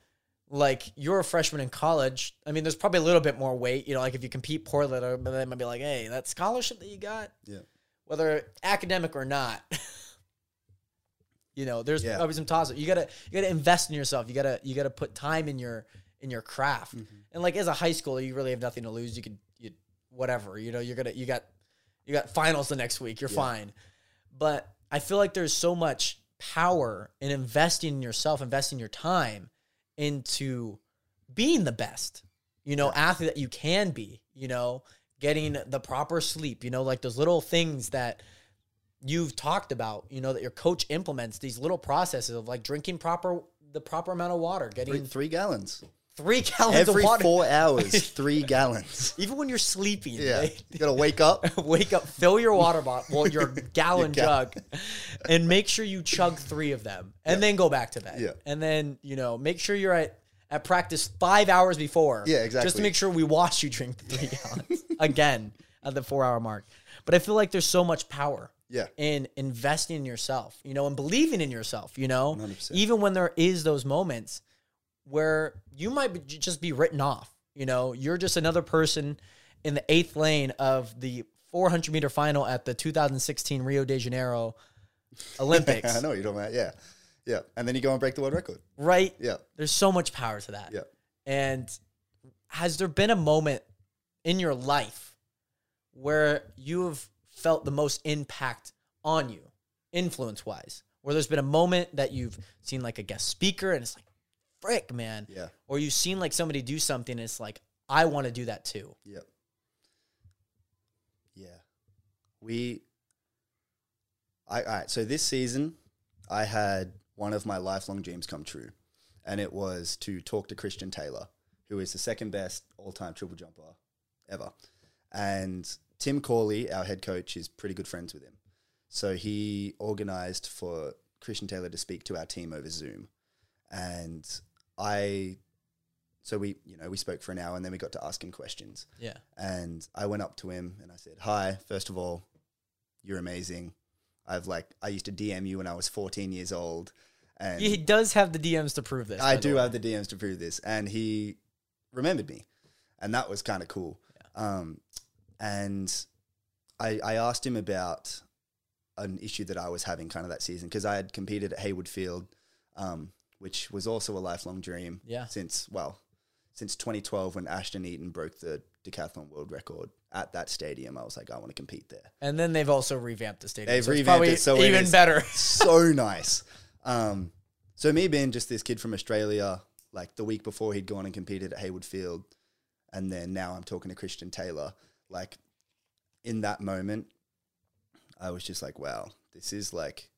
[SPEAKER 1] Like you're a freshman in college. I mean, there's probably a little bit more weight. You know, like if you compete poorly, but they might be like, "Hey, that scholarship that you got,
[SPEAKER 2] Yeah.
[SPEAKER 1] whether academic or not." you know, there's
[SPEAKER 2] Yeah.
[SPEAKER 1] probably some toss up. You gotta you gotta invest in yourself. You gotta you gotta put time in your in your craft.
[SPEAKER 2] Mm-hmm.
[SPEAKER 1] And like as a high schooler, you really have nothing to lose. You could you whatever. You know, you're gonna you got you got finals the next week. You're fine. But I feel like there's so much power in investing in yourself, investing your time into being the best, you know, athlete that you can be, you know, getting the proper sleep, you know, like those little things that you've talked about, you know, that your coach implements these little processes of like drinking proper the proper amount of water,
[SPEAKER 2] Three,
[SPEAKER 1] getting three,
[SPEAKER 2] three gallons.
[SPEAKER 1] gallons
[SPEAKER 2] Every
[SPEAKER 1] of water.
[SPEAKER 2] four hours, three gallons.
[SPEAKER 1] even when you're sleeping,
[SPEAKER 2] Yeah.
[SPEAKER 1] right?
[SPEAKER 2] You gotta wake up.
[SPEAKER 1] wake up, fill your water bottle, well, your gallon
[SPEAKER 2] gal-
[SPEAKER 1] jug, and make sure you chug three of them, and then go back to bed.
[SPEAKER 2] Yeah.
[SPEAKER 1] And then you know, make sure you're at at practice five hours before.
[SPEAKER 2] Yeah,
[SPEAKER 1] Just to
[SPEAKER 2] exactly.
[SPEAKER 1] make sure we watch you drink the three gallons again at the four hour mark. But I feel like there's so much power
[SPEAKER 2] Yeah.
[SPEAKER 1] in investing in yourself, you know, and believing in yourself, you know,
[SPEAKER 2] 100%.
[SPEAKER 1] even when there is those moments where you might be, just be written off. You know, you're just another person in the eighth lane of the 400 meter final at the 2016 Rio de Janeiro Olympics,
[SPEAKER 2] I know what you're talking about. Yeah. Yeah. And then you go and break the world record.
[SPEAKER 1] right?
[SPEAKER 2] Yeah.
[SPEAKER 1] There's so much power to that.
[SPEAKER 2] Yeah.
[SPEAKER 1] And has there been a moment in your life where you have felt the most impact on you, influence wise? Where there's been a moment that you've seen like a guest speaker and it's like, frick, man.
[SPEAKER 2] Yeah.
[SPEAKER 1] Or you've seen like somebody do something and it's like, I want to do that too.
[SPEAKER 2] Yep. Yeah. We. I, all right. So this season, I had one of my lifelong dreams come true, and it was to talk to Christian Taylor, who is the second best all time triple jumper ever. And Tim Corley, our head coach, is pretty good friends with him. So he organized for Christian Taylor to speak to our team over Zoom. And I, so we, you know, we spoke for an hour and then we got to ask him questions.
[SPEAKER 1] Yeah.
[SPEAKER 2] And I went up to him and I said, Hi, first of all, you're amazing. I've like I used to DM you when I was 14 years old, and
[SPEAKER 1] He does have the DMs to prove this.
[SPEAKER 2] I
[SPEAKER 1] by the
[SPEAKER 2] do
[SPEAKER 1] way.
[SPEAKER 2] have the DMs to prove this. And he remembered me. And that was kind of cool. Um, and I, I asked him about an issue that I was having kind of that season because I had competed at Haywood Field, um, which was also a lifelong dream.
[SPEAKER 1] Yeah.
[SPEAKER 2] Since, well, since 2012 when Ashton Eaton broke the decathlon world record at that stadium, I was like, I want to compete there.
[SPEAKER 1] And then they've also revamped the stadium.
[SPEAKER 2] They've
[SPEAKER 1] so it's
[SPEAKER 2] revamped
[SPEAKER 1] probably
[SPEAKER 2] it, so it
[SPEAKER 1] even
[SPEAKER 2] is- uh,
[SPEAKER 1] better.
[SPEAKER 2] so nice. Um, so me being just this kid from Australia, like the week before he'd gone and competed at Haywood Field, and then now I'm talking to Christian Taylor. Like in that moment, I was just like, wow, this is like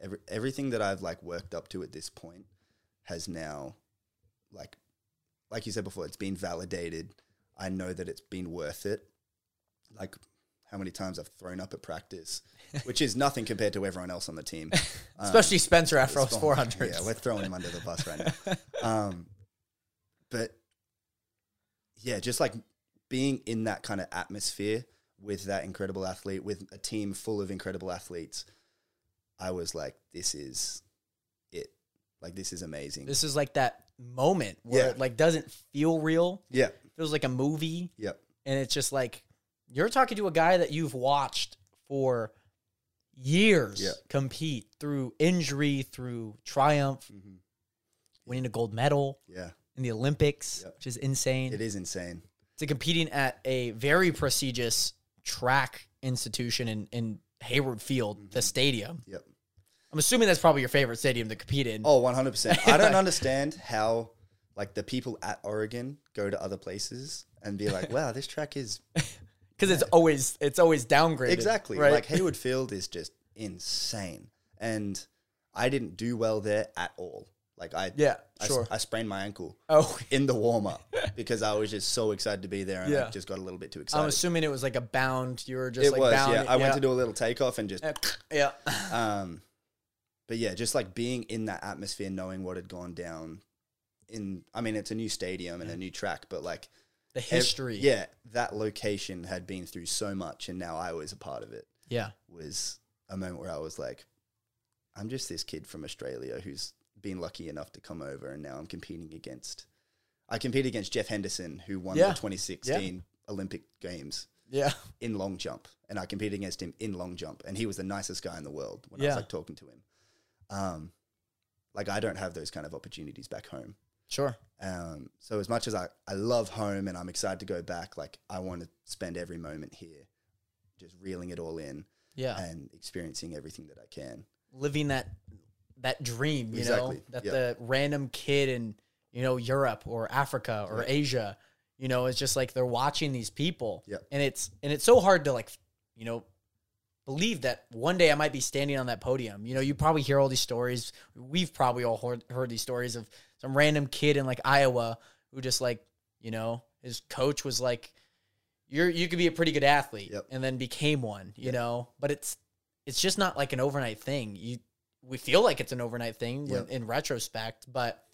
[SPEAKER 2] every, everything that I've like worked up to at this point has now, like, like you said before, it's been validated. I know that it's been worth it. Like how many times I've thrown up at practice, which is nothing compared to everyone else on the team. Um,
[SPEAKER 1] Especially Spencer after all his
[SPEAKER 2] it's-
[SPEAKER 1] 400.
[SPEAKER 2] Yeah, we're throwing him under the bus right now. Um, but yeah, just like being in that kind of atmosphere with that incredible athlete, with a team full of incredible athletes, I was like, this is it. Like, this is amazing.
[SPEAKER 1] This is like that moment where
[SPEAKER 2] Yeah.
[SPEAKER 1] it like doesn't feel real.
[SPEAKER 2] yeah,
[SPEAKER 1] feels like a movie.
[SPEAKER 2] yeah,
[SPEAKER 1] And it's just like you're talking to a guy that you've watched for years
[SPEAKER 2] Yeah.
[SPEAKER 1] compete through injury, through triumph,
[SPEAKER 2] Mhm.
[SPEAKER 1] winning a gold medal
[SPEAKER 2] yeah.
[SPEAKER 1] in the Olympics,
[SPEAKER 2] Yeah.
[SPEAKER 1] which is insane.
[SPEAKER 2] It is insane.
[SPEAKER 1] to competing at a very prestigious track institution in, in Hayward Field,
[SPEAKER 2] Mm-hmm.
[SPEAKER 1] the stadium.
[SPEAKER 2] Yep.
[SPEAKER 1] I'm assuming that's probably your favorite stadium to compete in.
[SPEAKER 2] Oh, 100%. I don't understand how like the people at Oregon go to other places and be like, wow, this track is
[SPEAKER 1] because it's always it's always downgraded.
[SPEAKER 2] Exactly.
[SPEAKER 1] Right.
[SPEAKER 2] Like Hayward Field is just insane. And I didn't do well there at all. Like I
[SPEAKER 1] yeah.
[SPEAKER 2] I, s-
[SPEAKER 1] Sure.
[SPEAKER 2] I sprained my ankle
[SPEAKER 1] oh,
[SPEAKER 2] in the warm up because I was just so excited to be there and
[SPEAKER 1] Yeah.
[SPEAKER 2] I just got a little bit too excited.
[SPEAKER 1] I'm assuming it was like a bound. You were just
[SPEAKER 2] it
[SPEAKER 1] like
[SPEAKER 2] was,
[SPEAKER 1] bound.
[SPEAKER 2] yeah. I went to do a little takeoff and just
[SPEAKER 1] yeah.
[SPEAKER 2] um but yeah, just like being in that atmosphere, knowing what had gone down in I mean it's a new stadium and a new track, but like
[SPEAKER 1] The
[SPEAKER 2] ev-
[SPEAKER 1] history.
[SPEAKER 2] yeah, that location had been through so much and now I was a part of it.
[SPEAKER 1] Yeah.
[SPEAKER 2] was a moment where I was like, I'm just this kid from Australia who's been lucky enough to come over, and now I'm competing against. I compete against Jeff Henderson, who won
[SPEAKER 1] Yeah.
[SPEAKER 2] the 2016 Olympic Games
[SPEAKER 1] Yeah.
[SPEAKER 2] in long jump, and I competed against him in long jump, and he was the nicest guy in the world when I
[SPEAKER 1] Yeah.
[SPEAKER 2] was like talking to him. Um, like I don't have those kind of opportunities back home.
[SPEAKER 1] Sure.
[SPEAKER 2] Um, so as much as I, I love home and I'm excited to go back, like I want to spend every moment here, just reeling it all in
[SPEAKER 1] Yeah.
[SPEAKER 2] and experiencing everything that I can.
[SPEAKER 1] Living that that dream, you know,
[SPEAKER 2] Exactly.
[SPEAKER 1] that
[SPEAKER 2] Yeah.
[SPEAKER 1] the random kid in you know Europe or Africa or Asia, you know, it's just like they're watching these people,
[SPEAKER 2] Yeah.
[SPEAKER 1] and it's and it's so hard to like, you know. Believe that one day I might be standing on that podium. You know, you probably hear all these stories. We've probably all heard, heard these stories of some random kid in like Iowa who just like, you know, his coach was like, "You're you could be a pretty good athlete,"
[SPEAKER 2] Yep.
[SPEAKER 1] and then became one. You know, but it's it's just not like an overnight thing. You we feel like it's an overnight thing when,
[SPEAKER 2] Yep.
[SPEAKER 1] in retrospect, but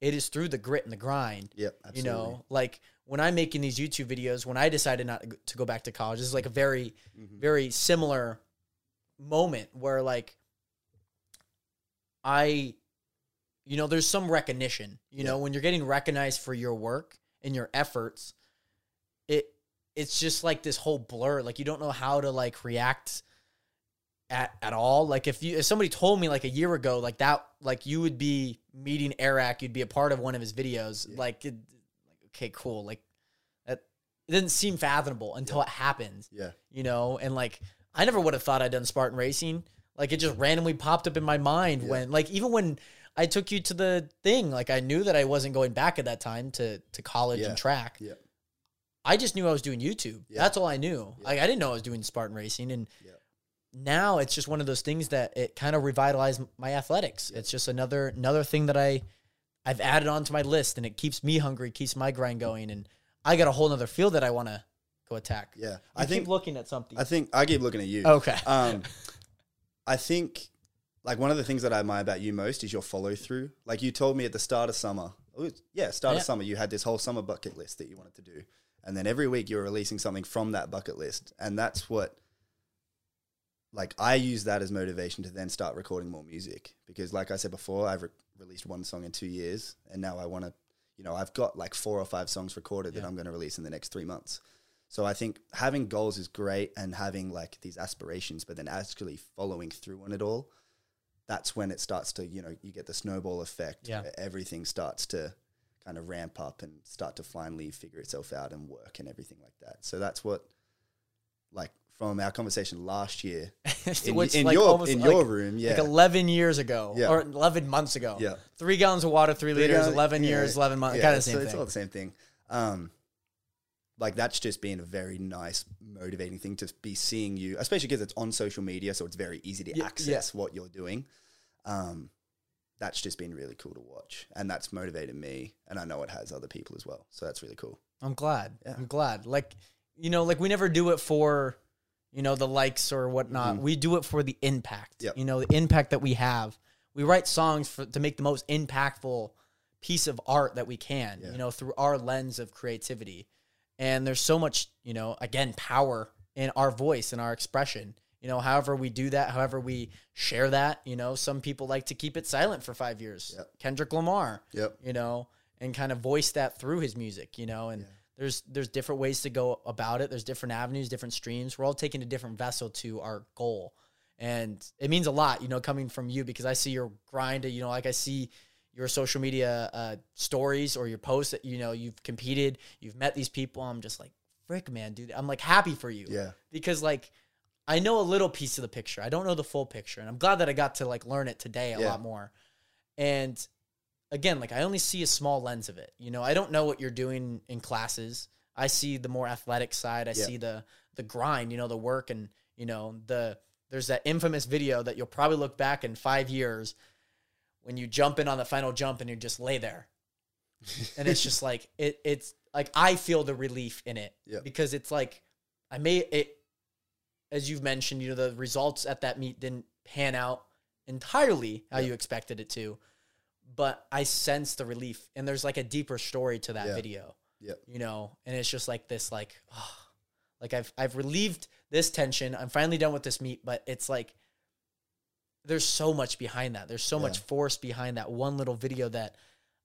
[SPEAKER 1] it is through the grit and the grind.
[SPEAKER 2] Yep, absolutely.
[SPEAKER 1] You know, like when I'm making these YouTube videos, when I decided not to go back to college, this is like a very,
[SPEAKER 2] Mm-hmm.
[SPEAKER 1] very similar moment where like I, you know, there's some recognition. You know,
[SPEAKER 2] Yeah.
[SPEAKER 1] when you're getting recognized for your work and your efforts, it it's just like this whole blur. Like you don't know how to like react at at all. Like if you if somebody told me like a year ago like that like you would be meeting Eric, you'd be a part of one of his videos.
[SPEAKER 2] Yeah.
[SPEAKER 1] Like, it, like okay, cool. Like that it didn't seem fathomable until it happens.
[SPEAKER 2] Yeah,
[SPEAKER 1] You know, and like I never would have thought I'd done Spartan racing. Like it just randomly popped up in my mind
[SPEAKER 2] Yeah.
[SPEAKER 1] when like even when I took you to the thing, like I knew that I wasn't going back at that time to to college
[SPEAKER 2] Yeah.
[SPEAKER 1] and track.
[SPEAKER 2] yeah,
[SPEAKER 1] I just knew I was doing YouTube.
[SPEAKER 2] Yeah.
[SPEAKER 1] That's all I knew.
[SPEAKER 2] Yeah.
[SPEAKER 1] Like I didn't know I was doing Spartan racing, and
[SPEAKER 2] Yeah.
[SPEAKER 1] now it's just one of those things that it kind of revitalized m- my athletics.
[SPEAKER 2] Yeah.
[SPEAKER 1] It's just another another thing that I I've added onto my list, and it keeps me hungry, keeps my grind going, and I got a whole nother field that I want to go attack.
[SPEAKER 2] yeah.
[SPEAKER 1] I
[SPEAKER 2] I think
[SPEAKER 1] keep Oh, looking at something.
[SPEAKER 2] I think I keep looking at you.
[SPEAKER 1] okay,
[SPEAKER 2] Um, I think like one of the things that I admire about you most is your follow through. Like you told me at the start of summer, oh, yeah, start
[SPEAKER 1] Yeah.
[SPEAKER 2] of summer, you had this whole summer bucket list that you wanted to do, and then every week you were releasing something from that bucket list, and that's what like I use that as motivation to then start recording more music because, like I said before, I've re- released one song in two years, and now I want to, you know, I've got like four or five songs recorded that I'm going to release in the next three months. So I think having goals is great, and having like these aspirations, but then actually following through on it all, that's when it starts to, you know, you get the snowball effect.
[SPEAKER 1] Yeah.
[SPEAKER 2] where everything starts to kind of ramp up and start to finally figure itself out and work and everything like that. So that's what, like, from our conversation last year, in,
[SPEAKER 1] Which,
[SPEAKER 2] in
[SPEAKER 1] like,
[SPEAKER 2] your
[SPEAKER 1] almost
[SPEAKER 2] in
[SPEAKER 1] like-
[SPEAKER 2] your room, yeah,
[SPEAKER 1] Like 11 years ago
[SPEAKER 2] Yeah.
[SPEAKER 1] or 11 months ago.
[SPEAKER 2] Yeah.
[SPEAKER 1] Three gallons of water, three liters,
[SPEAKER 2] Yeah,
[SPEAKER 1] 11
[SPEAKER 2] yeah,
[SPEAKER 1] years, 11 months.
[SPEAKER 2] yeah,
[SPEAKER 1] kind of
[SPEAKER 2] so
[SPEAKER 1] same
[SPEAKER 2] It's
[SPEAKER 1] thing.
[SPEAKER 2] all the same thing. Um, like that's just been a very nice, motivating thing to be seeing you, especially because it's on social media, so it's very easy to
[SPEAKER 1] Yeah, yeah.
[SPEAKER 2] access what you're doing. Um, that's just been really cool to watch, and that's motivated me, and I know it has other people as well. So that's really cool.
[SPEAKER 1] I'm glad.
[SPEAKER 2] Yeah.
[SPEAKER 1] I'm glad. Like, you know, like we never do it for, you know, the likes or whatnot. We do it for the impact.
[SPEAKER 2] Mm. Yep.
[SPEAKER 1] You know, the impact that we have. We write songs for, to make the most impactful piece of art that we can,
[SPEAKER 2] Yeah.
[SPEAKER 1] you know, through our lens of creativity. And there's so much, you know, again, power in our voice and our expression. You know, however we do that, however we share that, you know, some people like to keep it silent for five years.
[SPEAKER 2] Yep.
[SPEAKER 1] Kendrick Lamar,
[SPEAKER 2] Yep.
[SPEAKER 1] you know, and kind of voice that through his music, you know, and there's there's different ways to go about it. There's different avenues, different streams. We're all taking a different vessel to our goal. And it means a lot, you know, coming from you because I see your grind, you know, like I see your social media uh, stories or your posts that you know you've competed, you've met these people. I'm just like, frick, man, dude. I'm like happy for you
[SPEAKER 2] Yeah,
[SPEAKER 1] because like I know a little piece of the picture. I don't know the full picture, and I'm glad that I got to like learn it today a
[SPEAKER 2] Yeah.
[SPEAKER 1] lot more. And again, like I only see a small lens of it. You know, I don't know what you're doing in classes. I see the more athletic side. I
[SPEAKER 2] Yeah.
[SPEAKER 1] see the the grind. You know, the work, and you know the there's that infamous video that you'll probably look back in five years when you jump in on the final jump and you just lay there and it's just like it it's like I feel the relief in it
[SPEAKER 2] Yeah.
[SPEAKER 1] because it's like I may it as you've mentioned you know the results at that meet didn't pan out entirely how
[SPEAKER 2] Yeah.
[SPEAKER 1] you expected it to but I sense the relief and there's like a deeper story to that
[SPEAKER 2] Yeah.
[SPEAKER 1] video
[SPEAKER 2] Yeah.
[SPEAKER 1] you know and it's just like this like like I've I've relieved this tension I'm finally done with this meet but it's like there's so much behind that there's so
[SPEAKER 2] Yeah.
[SPEAKER 1] much force behind that one little video that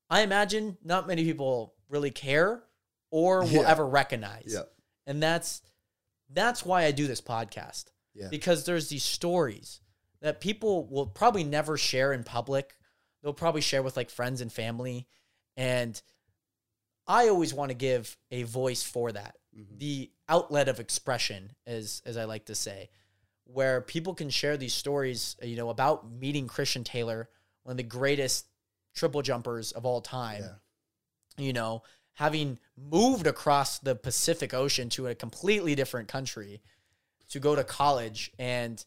[SPEAKER 1] I imagine not many people really care or will
[SPEAKER 2] Yeah.
[SPEAKER 1] ever recognize.
[SPEAKER 2] yeah,
[SPEAKER 1] And that's that's why I do this podcast.
[SPEAKER 2] Yeah.
[SPEAKER 1] Because there's these stories that people will probably never share in public. They'll probably share with like friends and family. And I always want to give a voice for that.
[SPEAKER 2] Mhm.
[SPEAKER 1] The outlet of expression as as I like to say, where people can share these stories, you know, about meeting Christian Taylor, one of the greatest triple jumpers of all time
[SPEAKER 2] yeah,
[SPEAKER 1] you know, having moved across the Pacific Ocean to a completely different country to go to college and,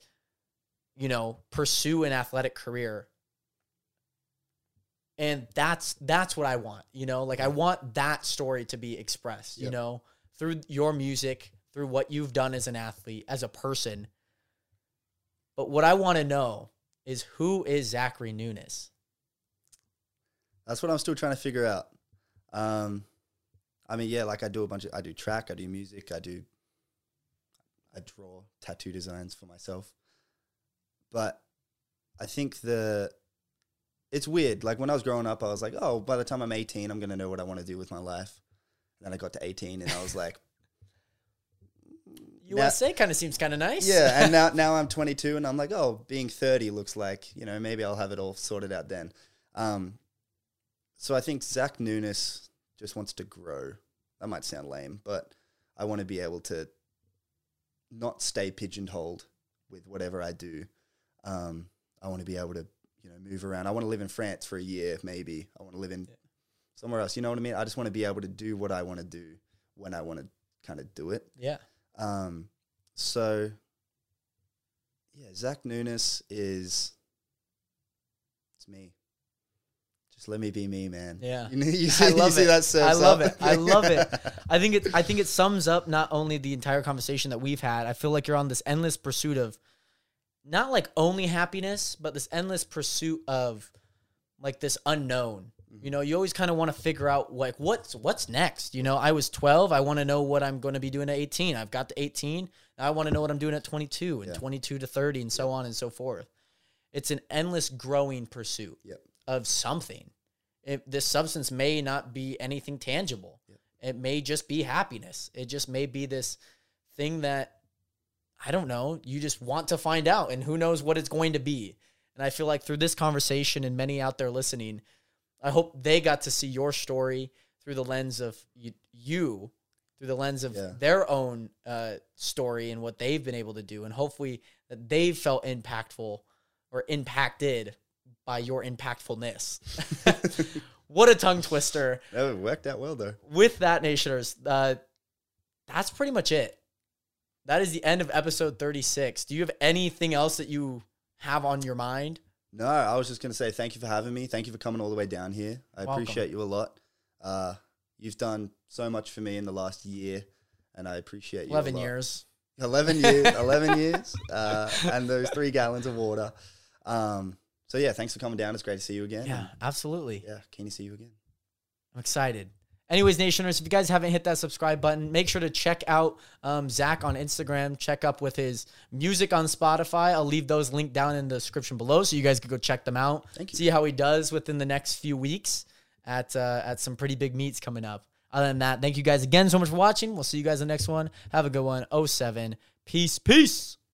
[SPEAKER 1] you know, pursue an athletic career. And that's that's what I want, you know, like I want that story to be expressed, you
[SPEAKER 2] Yep.
[SPEAKER 1] know, through your music, through what you've done as an athlete, as a person. But what I want to know is who is Zachary Nunes?
[SPEAKER 2] that's what I'm still trying to figure out. Um, I mean, yeah, like I do a bunch of, I do track, I do music, I do, I draw tattoo designs for myself. But I think the, it's weird. Like when I was growing up, I was like, oh, by the time I'm 18, I'm going to know what I want to do with my life. And then I got to 18 and I was like,
[SPEAKER 1] USA kind of seems kind of nice.
[SPEAKER 2] yeah, and now now I'm 22, and I'm like, oh, being 30 looks like you know maybe I'll have it all sorted out then. Um, so I think Zach Nunes just wants to grow. That might sound lame, but I want to be able to not stay pigeonholed with whatever I do. Um, I want to be able to you know move around. I want to live in France for a year, maybe. I want to live in somewhere else. You know what I mean? I just want to be able to do what I want to do when I want to kind of do it.
[SPEAKER 1] yeah.
[SPEAKER 2] Um, so, yeah, Zach Nunes is it's me. Just let me be me, man.
[SPEAKER 1] Yeah.
[SPEAKER 2] you, know, you see, you
[SPEAKER 1] love
[SPEAKER 2] see
[SPEAKER 1] it.
[SPEAKER 2] that surfs
[SPEAKER 1] I love
[SPEAKER 2] up.
[SPEAKER 1] it. I love it. I think it. I think it sums up not only the entire conversation that we've had. I feel like you're on this endless pursuit of, not like only happiness, but this endless pursuit of, like this unknown. You know, you always kind of want to figure out like what's what's next. You know, I was 12. I want to know what I'm going to be doing at 18. I've got to 18. Now I want to know what I'm doing at 22 and 22 to 30 and so on and so forth. It's an endless growing pursuit
[SPEAKER 2] Yep.
[SPEAKER 1] of something. It, this substance may not be anything tangible. It may just be happiness. It just may be this thing that I don't know. You just want to find out, and who knows what it's going to be. And I feel like through this conversation and many out there listening, I hope they got to see your story through the lens of you, you through the lens of
[SPEAKER 2] Yeah.
[SPEAKER 1] their own uh, story and what they've been able to do. And hopefully that they've felt impactful or impacted by your impactfulness. what a tongue twister.
[SPEAKER 2] That worked out well though.
[SPEAKER 1] With that, Nationers, uh, that's pretty much it. That is the end of episode 36. Do you have anything else that you have on your mind?
[SPEAKER 2] No, I was just going to say thank you for having me. Thank you for coming all the way down here. I
[SPEAKER 1] Welcome.
[SPEAKER 2] appreciate you a lot. Uh, you've done so much for me in the last year, and I appreciate you. a
[SPEAKER 1] 11
[SPEAKER 2] lot.
[SPEAKER 1] years.
[SPEAKER 2] 11 years. 11 years. Uh, and those three gallons of water. Um, so, yeah, thanks for coming down. It's great to see you again.
[SPEAKER 1] Yeah,
[SPEAKER 2] And,
[SPEAKER 1] absolutely.
[SPEAKER 2] yeah, keen to see you again.
[SPEAKER 1] I'm excited. Anyways, Nationers, if you guys haven't hit that subscribe button, make sure to check out um, Zach on Instagram. Check up with his music on Spotify. I'll leave those linked down in the description below, so you guys can go check them out.
[SPEAKER 2] Thank you.
[SPEAKER 1] See how he does within the next few weeks at uh, at some pretty big meets coming up. Other than that, thank you guys again so much for watching. We'll see you guys in the next one. Have a good one. 07. Peace. Peace.